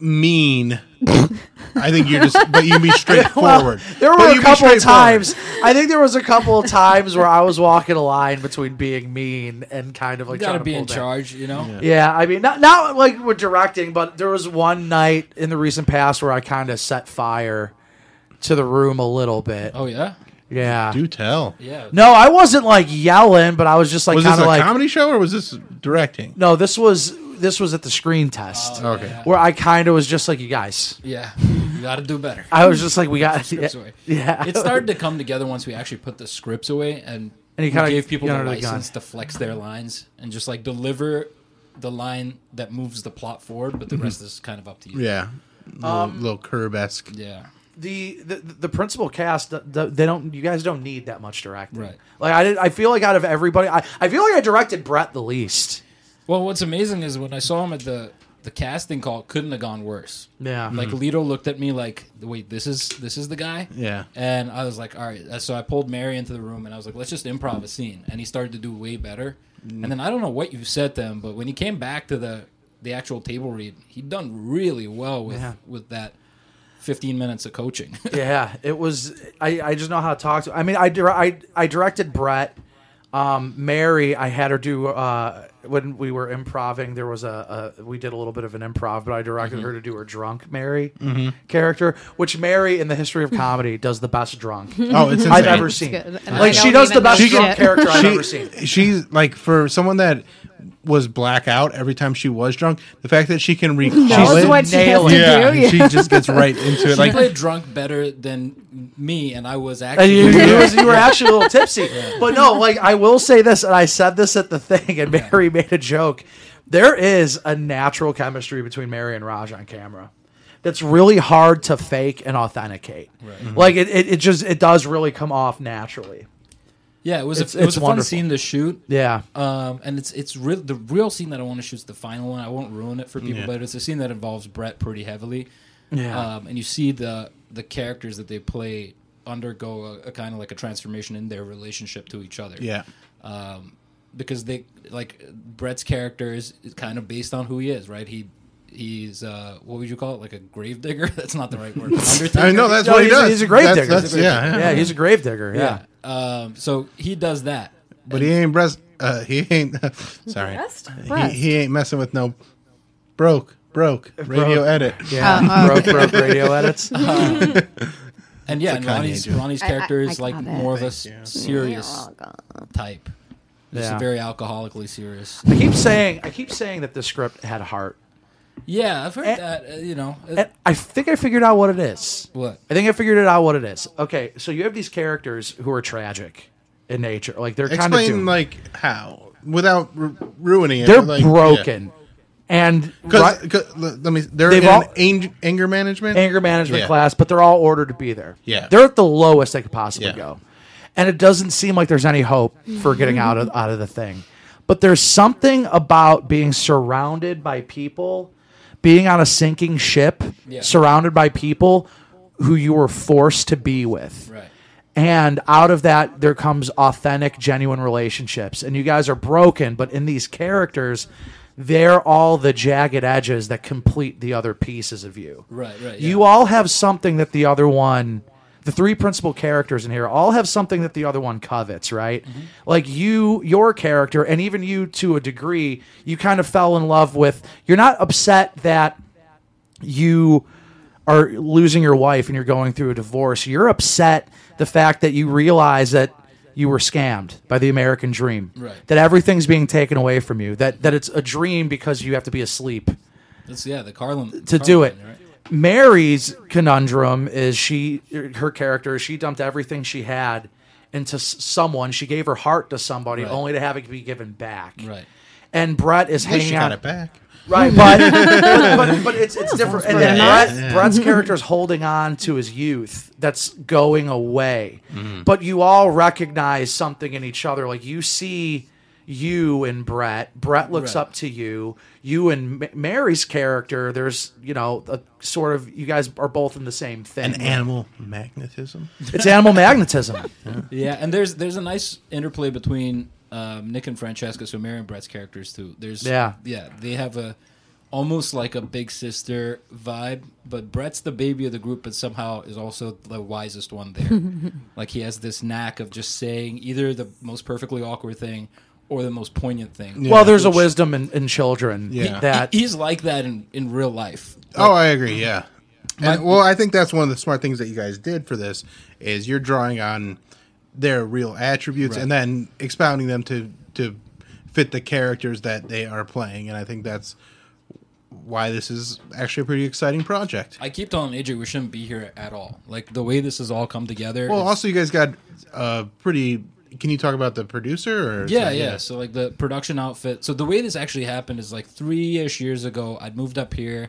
mean. I think you just but you be straightforward.
There
But
were
you
a
be
couple of
straightforward.
times. I think there was a couple of times where I was walking a line between being mean and kind of like
you
trying
gotta
to
be
pull
in
back.
charge. You know,
Yeah, I mean, not not like with directing, but there was one night in the recent past where I kind of set fire to the room a little bit.
Oh yeah,
yeah.
Do tell.
yeah.
No, I wasn't like yelling, but I was just like
Was
kind
this
of
a
like
comedy show or was this directing?
no. This was this was at the screen test
Oh.
Okay.
where I kind of was just like you guys.
Yeah, you gotta do better.
I was just like we got
Scripts
yeah,
away.
yeah.
it started to come together once we actually put the scripts away and,
And you
we
kinda-
gave people
you
the
know, like,
license to flex their lines and just like deliver the line that moves the plot forward,
Mm-hmm.
but the rest is kind of up to you.
Yeah. Little,
Um,
little curb esque.
Yeah.
the, the the principal cast th- th- they don't you guys don't need that much directing
Right.
like i did i feel like out of everybody i, I feel like i directed brett the least
Well, what's amazing is when I saw him at the the casting call, it couldn't have gone worse.
yeah
Mm-hmm. Like Lito looked at me like, "Wait, this is this is the guy."
Yeah.
And I was like, "All right." Uh, So I pulled Mary into the room and I was like, "Let's just improv a scene." And he started to do way better.
Mm.
And then I don't know what you said to him, but when he came back to the the actual table read, he'd done really well with
Yeah.
with that. 15 minutes of coaching.
yeah it was i i just know how to talk to i mean i dir- I, I directed brett um mary i had her do uh when we were improving there was a, a we did a little bit of an improv but i directed
Mm-hmm.
her to do her drunk mary character which mary in the history of comedy does the best drunk
Oh, it's insane.
i've ever seen
good. And I
like she does
don't
the
even know
best
shit.
drunk character i've ever
She-
seen
She's like for someone that was blackout every time she was drunk. The fact that she can recall
She's
it,
what she has
nailing
to
it.
yeah,
do. Yeah.
she just gets right into it.
She
Like
played drunk better than me, and I was
And
actually.
you, you, was- you were actually a little tipsy. But no, like I will say this, and I said this at the thing, and Mary made a joke. There is a natural chemistry between Mary and Raj on camera that's really hard to fake and authenticate. Mm-hmm.
Mm-hmm.
Like it, it, it just it does really come off naturally.
Yeah, it was
It's-
a, it
it's
was a fun
wonderful.
scene to shoot.
Yeah.
Um, and it's it's real. The real scene that I want to shoot is the final one. I won't ruin it for people,
Yeah.
but it's a scene that involves Brett pretty heavily.
Yeah.
Um, and you see the the characters that they play undergo a, a kind of like a transformation in their relationship to each other.
yeah,
Um, because they like Brett's character is, is kind of based on who he is, right? He he's uh, what would you call it? Like a grave digger? that's not the right word. Undertaker?
I know that's
No,
what he
he's a-
does.
he's a grave
That's-
digger.
that's- yeah, yeah.
Yeah, he's a gravedigger. Yeah.
Yeah. Um, so he does that.
But he ain't breast. Uh, he ain't. sorry,
Breast?
He, he ain't messing with no broke broke radio edit.
Uh,
Yeah, broke, broke radio edits.
And yeah,
a
and
Kanye
Ronnie's
joke.
Ronnie's
I- I-
character
I
is like
got it.
more of a s- serious type. Just
Yeah.
very alcoholically serious.
I keep saying, I keep saying that the script had heart,
Yeah, I've heard
eh,
that. Uh, you know, uh,
and I think I figured out what it is.
what?
I think I figured it out what it is. Okay, so you have these characters who are tragic in nature. Like they're kind of
Explain like how without ru- ruining it.
they're
but, like, yeah.
broken. and
Because
Ri-
let me, they're
They've
in
all-
ang- anger management.
anger management
Yeah.
class, but they're all ordered to be there.
Yeah.
they're at the lowest they could possibly
Yeah.
go, and it doesn't seem like there's any hope for getting out of out of the thing. But there's something about being surrounded by people, being on a sinking ship,
Yeah.
surrounded by people who you were forced to be with.
Right.
And out of that, there comes authentic, genuine relationships. And you guys are broken, but in these characters, they're all the jagged edges that complete the other pieces of you.
Right, right,
You
yeah.
all have something that the other one, the three principal characters in here, all have something that the other one covets, right?
Mm-hmm.
Like you, your character, and even you to a degree, you kind of fell in love with, you're not upset that you are losing your wife and you're going through a divorce, you're upset the fact that you realize that you were scammed by the American dream.
Right.
That everything's being taken away from you. That that it's a dream because you have to be asleep
That's yeah, the Carlin
to do it.
Carlin, right?
Mary's conundrum is she her character is she dumped everything she had into s- someone. She gave her heart to somebody
Right.
only to have it be given back.
Right.
And Brett is
Hey,
hanging
she
out.
got it back.
Right, but but, but, but it's it's different. And then
enough.
Brett, Brett's character is holding on to his youth that's going away. But you all recognize something in each other. Like you see you and Brett. Brett looks
Right.
up to you. You and Ma- Mary's character. There's you know a sort of you guys are both in the same thing.
An animal magnetism.
it's animal magnetism.
Yeah, and there's there's a nice interplay between um, Nick and Francesca, so Mary and Brett's characters too. There's
Yeah.
yeah, they have a almost like a big sister vibe, but Brett's the baby of the group, but somehow is also the wisest one there. like he has this knack of just saying either the most perfectly awkward thing or the most poignant thing.
well, there's a
Which-
wisdom in, in children
Yeah.
that
He- he's like that in in real life.
Oh, I agree. Yeah. And, well, I think that's one of the smart things that you guys did for this is you're drawing on their real attributes and then expounding them to to fit the characters that they are playing. And I think that's why this is actually a pretty exciting project.
I keep telling AJ we shouldn't be here at all. Like the way this has all come together.
well,
it's-
also you guys got uh, pretty. Can you talk about the producer? Or
Yeah, yeah. So like the production outfit. So the way this actually happened is like three ish years ago. I'd moved up here.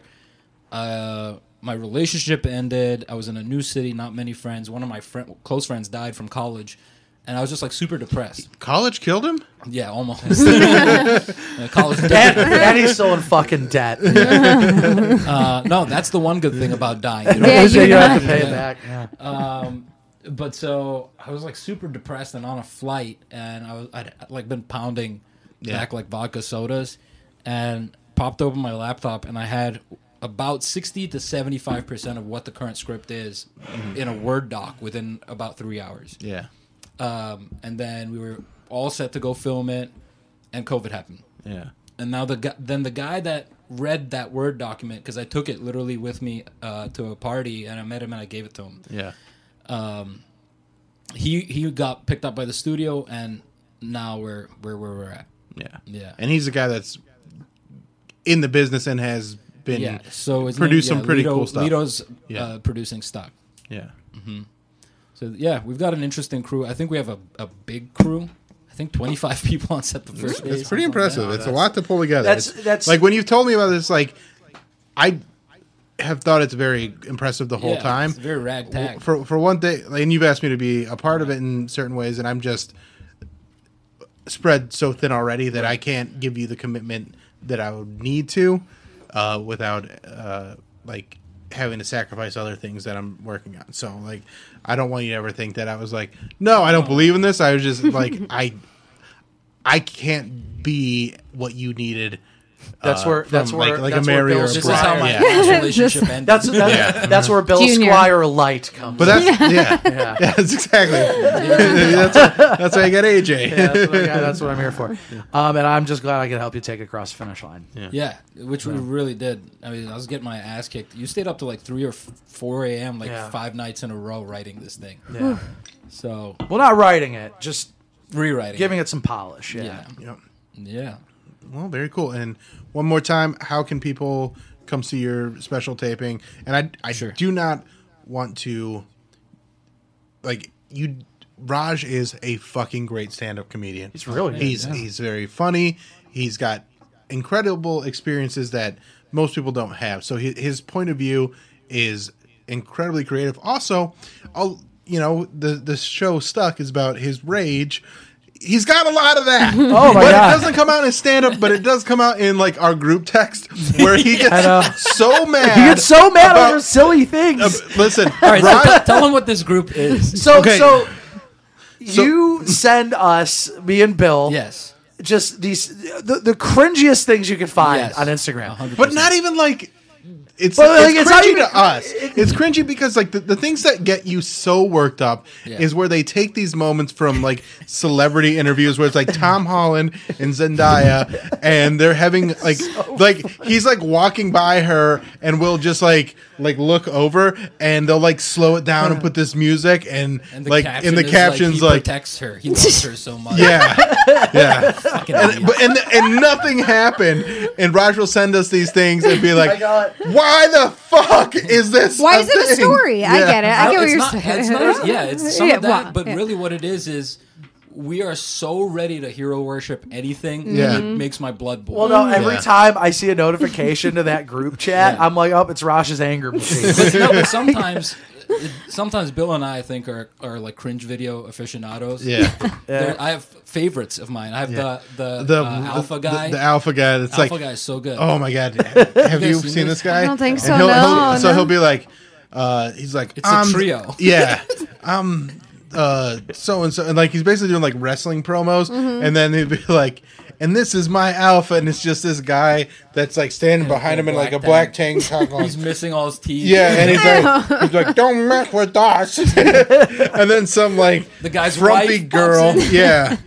Uh, my relationship ended. I was in a new city, not many friends. One of my friend, close friends died from college, and I was just like super depressed.
College killed him.
Yeah, almost. Uh, college. dead.
and he's still in fucking debt.
Uh, no, that's the one good thing about dying. You don't
Yeah,
So
you're
you have
not-
to pay it back. Yeah.
but so I was like super depressed and on a flight, and I was I'd like been pounding back like vodka sodas, and popped open my laptop, and I had about sixty to seventy five percent of what the current script is in a Word doc within about three hours,
Yeah.
um, and then we were all set to go film it, and COVID happened
Yeah.
and now the guy, then the guy that read that word document because I took it literally with me uh, to a party and I met him and I gave it to him.
Yeah.
He he got picked up by the studio and now we're we're where we're at.
Yeah.
Yeah.
And he's a guy that's in the business and has been
Yeah, so it's
produced some pretty cool stuff.
Lito's
Yeah.
uh, producing stuff.
yeah.
So yeah, we've got an interesting crew. I think we have a, a big crew. I think twenty five people on set the first day.
It's pretty
something like
impressive. it's a lot to pull together.
that's-
It's-
that's-
like when you've told me about this, like I have thought it's very impressive the
that.
whole
Yeah,
time.
It's very ragtag.
for for one thing, and you've asked me to be a part of it in certain ways, and I'm just spread so thin already that I can't give you the commitment that I would need to uh, without uh, like having to sacrifice other things that I'm working on. So like, I don't want you to ever think that I was like, no, I don't believe in this. I was just like, I I can't be what you needed.
That's where.
uh, from,
that's where.
like- like a
that's where
Mary or
Bill's
a
this is how my
Yeah.
last relationship ended.
That's that's, that's where Bill
Junior.
Squire Light comes.
But
in.
that's yeah, that's exactly that's why- that's why I got AJ.
Yeah, that's, what I, got- that's what I'm here for. Um, and I'm just glad I could help you take it across the finish line.
Yeah, which we really did. I mean, I was getting my ass kicked. You stayed up to like three or f- four a.m. like
Yeah.
five nights in a row writing this thing.
Yeah.
So
well, not writing it, just
rewriting,
giving it some polish. Yeah.
yeah,
Yep.
yeah.
Well, very cool. And one more time, how can people come see your special taping? And I, I
Sure.
do not want to, like you. Raj is a fucking great stand-up comedian.
He's really good,
he's
yeah.
he's very funny. He's got incredible experiences that most people don't have. So his, his point of view is incredibly creative. Also, I'll, you know, the the show Stuck is about his rage. He's got a lot of that.
Oh, my
but
God.
it doesn't come out in stand up, but it does come out in like our group text where he
know.
gets so mad.
You get so mad
about-
over silly things.
uh, listen,
All right,
Rod-
so t- tell him what this group is.
so
okay.
so you send us me and Bill
Yes.
just these the, the cringiest things you can find
Yes.
on Instagram.
but not even like it's
But, like,
it's,
it's
cringy
not even-
to us. It's cringy because like the, the things that get you so worked up
Yeah.
is where they take these moments from like celebrity interviews where it's like Tom Holland and Zendaya and they're having like like he's like walking by her and will just like like look over and they'll like slow it down and put this music and,
And the
like
caption
in the
is,
captions
he
like,
protects her. He loves her so much.
yeah yeah
Fucking idiot.
and, but, and and nothing happened. And Raj will send us these things and
Oh
be like,
God.
"Why the fuck is this?
Why is it a
thing?"
story? I
Yeah.
get it. I
No,
get what
it's
you're
not-
saying.
it's not- yeah, it's some
Yeah,
of that,
well,
but
yeah.
really what it is is we are so ready to hero worship anything.
Yeah.
It makes my blood boil.
Well, no. Every
Yeah.
time I see a notification to that group chat, I'm like, "Oh, it's Rosh's anger machine."
But no, but sometimes sometimes Bill and I, I think are are like cringe video aficionados.
Yeah,
They're- I have favorites of mine. I have the the,
the
uh, alpha
the-
guy.
The, alpha guy. That's
alpha
like,
guy is so good.
oh my god, have you
seen
seen
this?
this guy?
I don't think
And
so,
He'll,
no,
he'll, so
no.
he'll be like, uh, he's like,
It's a
"I'm-
trio."
Yeah, I'm uh, so and so, and like he's basically doing like wrestling promos,
Mm-hmm.
and then he'd be like. And this is my alpha, and it's just this guy that's like standing behind him in like a black
black
tank top. on.
He's missing all his teeth.
Yeah, and he's like, he's like, don't mess with us. and then some like
The guy's
frumpy
wife pops
girl,
in.
yeah,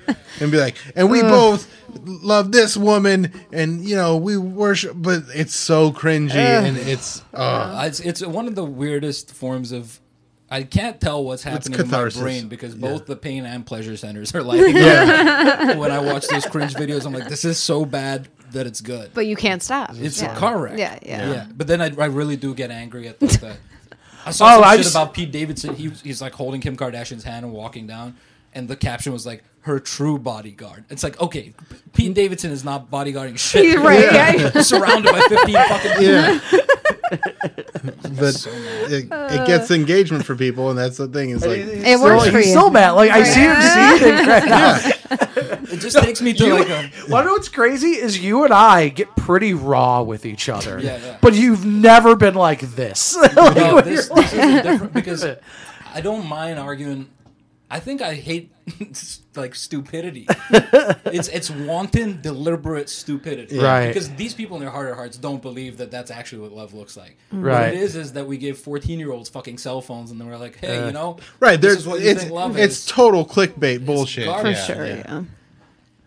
and be like, and we both love this woman, and you know we worship, but it's so cringy, and it's uh,
Uh, It's, it's one of the weirdest forms of. I can't tell what's happening in my
catharsis.
brain because both the pain and pleasure centers are lighting up.
yeah,
when I watch those cringe videos, I'm like, this is so bad that it's good.
But you can't stop.
it's
yeah.
a car wreck.
Yeah, yeah.
yeah. But then I, I really do get angry at the. the I saw
Oh,
some
I
shit
just-
about Pete Davidson. He, was- he's like holding Kim Kardashian's hand and walking down, and the caption was like, "Her true bodyguard." It's like, okay, Pete Davidson is not bodyguarding shit.
He's right. Yeah.
Surrounded by 15 fucking people.
yeah. But it, it gets engagement for people, and that's the thing. Is like,
It works for
he's
you.
so mad. Like I see him seething right now.
It just takes me to like a.
Well, I know what's crazy is you and I get pretty raw with each other.
Yeah, yeah.
But you've never been like this. Like,
No,
when
this,
you're like-
this is different because I don't mind arguing. I think I hate like stupidity. it's it's wanton, deliberate stupidity.
Right.
Because these people in their heart of hearts don't believe that that's actually what love looks like.
Right.
What it is is that we give fourteen year olds fucking cell phones and then we're like, hey, you know,
right?
this
There's
is what you
it's
think love
it's
is.
total clickbait bullshit.
garbage.
For
Yeah,
sure.
yeah.
Yeah.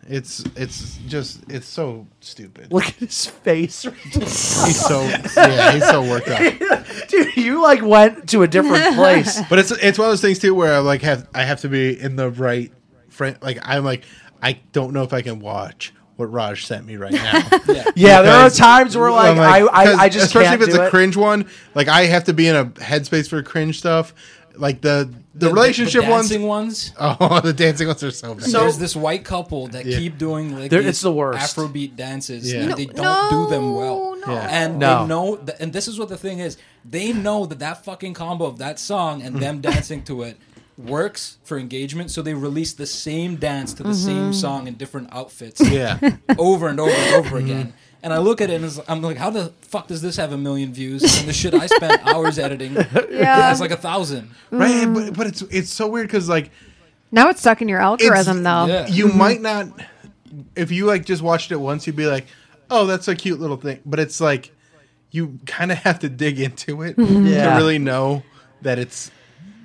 It's it's just it's so stupid.
Look at his face.
He's so yeah, he's so worked up.
Dude, you like went to a different place.
But it's it's one of those things too where I like have I have to be in the right frame. Like I'm like I don't know if I can watch what Raj sent me right now.
Yeah, there are
Because-
times where like,
I'm
I, I,
'cause
I just
especially
can't
if it's
do
a
it.
cringe one. Like I have to be in a headspace for cringe stuff. Like the the, relationship
the
ones.
dancing ones.
Oh, the dancing ones are so bad.
So-
There's this white couple that
Yeah.
keep doing like
They're-
these
it's the worst.
Afrobeat dances.
Yeah.
and
No-
they don't
no,
do them well,
no. Yeah.
and
No.
they know. Th- and this is what the thing is: they know that that fucking combo of that song and them dancing to it works for engagement. So they release the same dance to the same song in different outfits
yeah,
over and over and
Mm-hmm.
over again. And I look at it and it's- I'm like, how the fuck does this have a million views? And the shit I spent hours editing has like a thousand.
right. But, but it's it's so weird because like
Now it's stuck in your algorithm, though.
Yeah.
you might not if you like just watched it once you'd be like oh that's a cute little thing but it's like you kind of have to dig into it
Mm-hmm. Yeah.
to really know that it's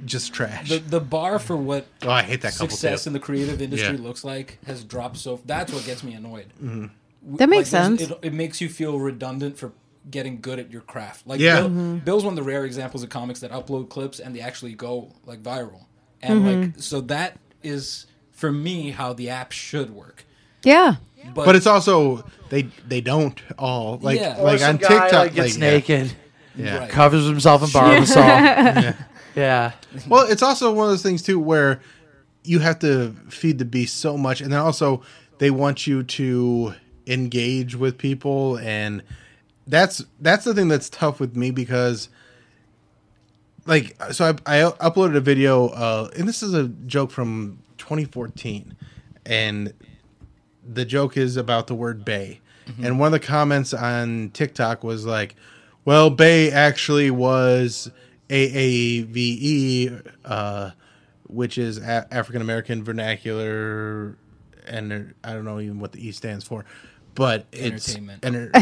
just trash
The, the bar for what
oh i hate that couple
success
too.
in the creative industry
Yeah. Mm-hmm.
looks like has dropped so that's what gets me annoyed We-
That makes
like, there's-
sense.
it, it makes you feel redundant for getting good at your craft like
Yeah.
Bill-
Mm-hmm.
bill's one of the rare examples of comics that upload clips and they actually go like viral and
Mm-hmm.
like so that is for me how the app should work
Yeah.
but,
but it's also they they don't all like
Yeah. Or
like
Some
on
guy,
tiktok
like, gets
yeah.
naked,
yeah,
Right.
covers himself in barbasol. yeah. yeah,
well it's also one of those things too where you have to feed the beast so much and then also they want you to engage with people and that's that's the thing that's tough with me because like so I, I uploaded a video uh and this is a joke from 2014 and the joke is about the word bay and one of the comments on tiktok was like well bay actually was aave uh which is a- african american vernacular and er, i don't know even what the e stands for but it's
Entertainment.
enter-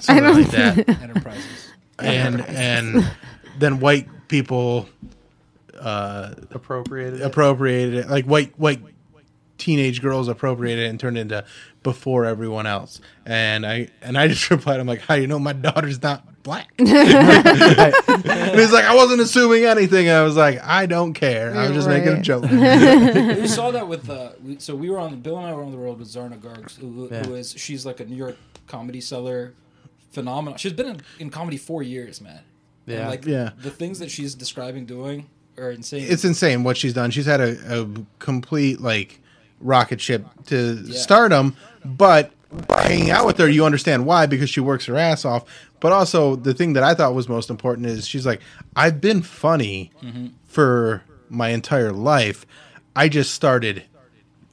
something like that
Enterprises.
and and then white people
Appropriated. it.
appropriated it like white white teenage girls appropriated it and turned it into before everyone else and i and i just replied i'm like how you know my daughter's not black and he's like i wasn't assuming anything and i was like i don't care i'm just making a
Right.
joke
we saw that with uh, we, so we were on Bill and I were on the road with Zarna Gargs, who, who is she's like a New York comedy seller, phenomenal. She's been in, in comedy four years, man. And,
Yeah.
like
Yeah.
the things that she's describing doing are insane.
it's insane what she's done she's had a, a complete like rocket ship to stardom but hanging out with her you understand why because she works her ass off but also the thing that i thought was most important is she's like i've been funny for my entire life i just started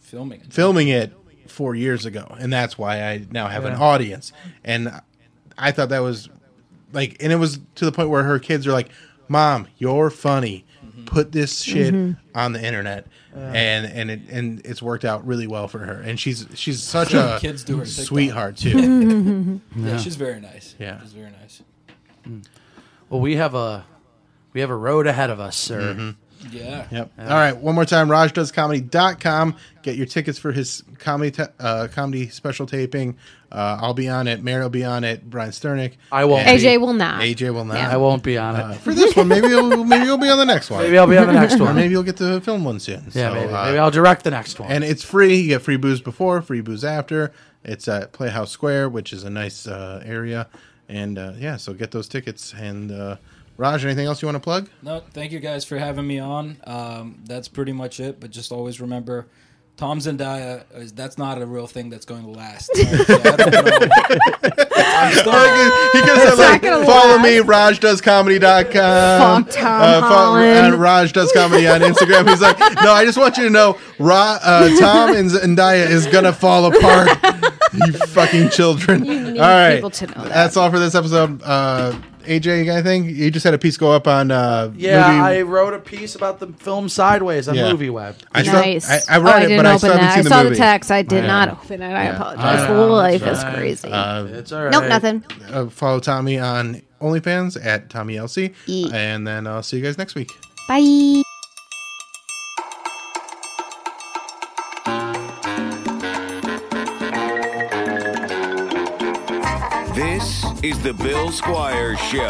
filming. it.
filming it four years ago, and that's why I now have an audience. And I thought that was like, and it was to the point where her kids are like, "Mom, you're funny. Put this shit on the internet." And and it and it's worked out really well for her. And she's she's such a
Kids do her TikTok.
sweetheart too.
Yeah, she's very nice.
Yeah.
she's very nice.
Well, we have a we have a road ahead of us, sir.
Mm-hmm.
Yeah,
yep. All right, one more time, rajdoescomedy.com. Get your tickets for his comedy ta- uh, comedy special taping. Uh, I'll be on it. Mary will be on it. Brian Sternick.
I won't.
And-
AJ will not.
AJ will not.
I won't be on it.
for this one. Maybe you'll, maybe you'll be on the next one.
maybe I'll be on the next
or
one.
maybe you'll get to film one soon.
yeah,
So,
maybe.
uh,
maybe I'll direct the next one.
and it's free. You get free booze before, free booze after. It's at Playhouse Square, which is a nice uh, area. And uh, yeah, so get those tickets. And uh, Raj, anything else you want to plug?
No, thank you guys for having me on. Um, that's pretty much it. But just always remember, Tom Zendaya is that's not a real thing that's going to last. So I don't know. I'm still-
He could have said, like,
gonna
follow me, RajDoesComedy.com.
Fuck
follow-
Tom Holland.
uh, Raj does comedy on Instagram. He's like, no, I just want you to know, Ra- uh, Tom and Zendaya is gonna fall apart. you fucking children.
need
all right,
people to know that.
that's all for this episode. Uh, AJ, you got anything? You just had a piece go up on. Uh,
yeah,
movie-
I wrote a piece about the film Sideways on
Yeah.
Movie Web.
I still-
nice.
I, I read
Oh,
it,
didn't
but I
open
still haven't
that.
seen the
I saw
movie.
the text. I did not open it. I apologize. Life is crazy.
it's all right.
nope, nothing.
Uh, follow Tommy on OnlyFans at Tommy LC,
Yeah.
and then I'll see you guys next week.
Bye.
This is the Bill Squire Show.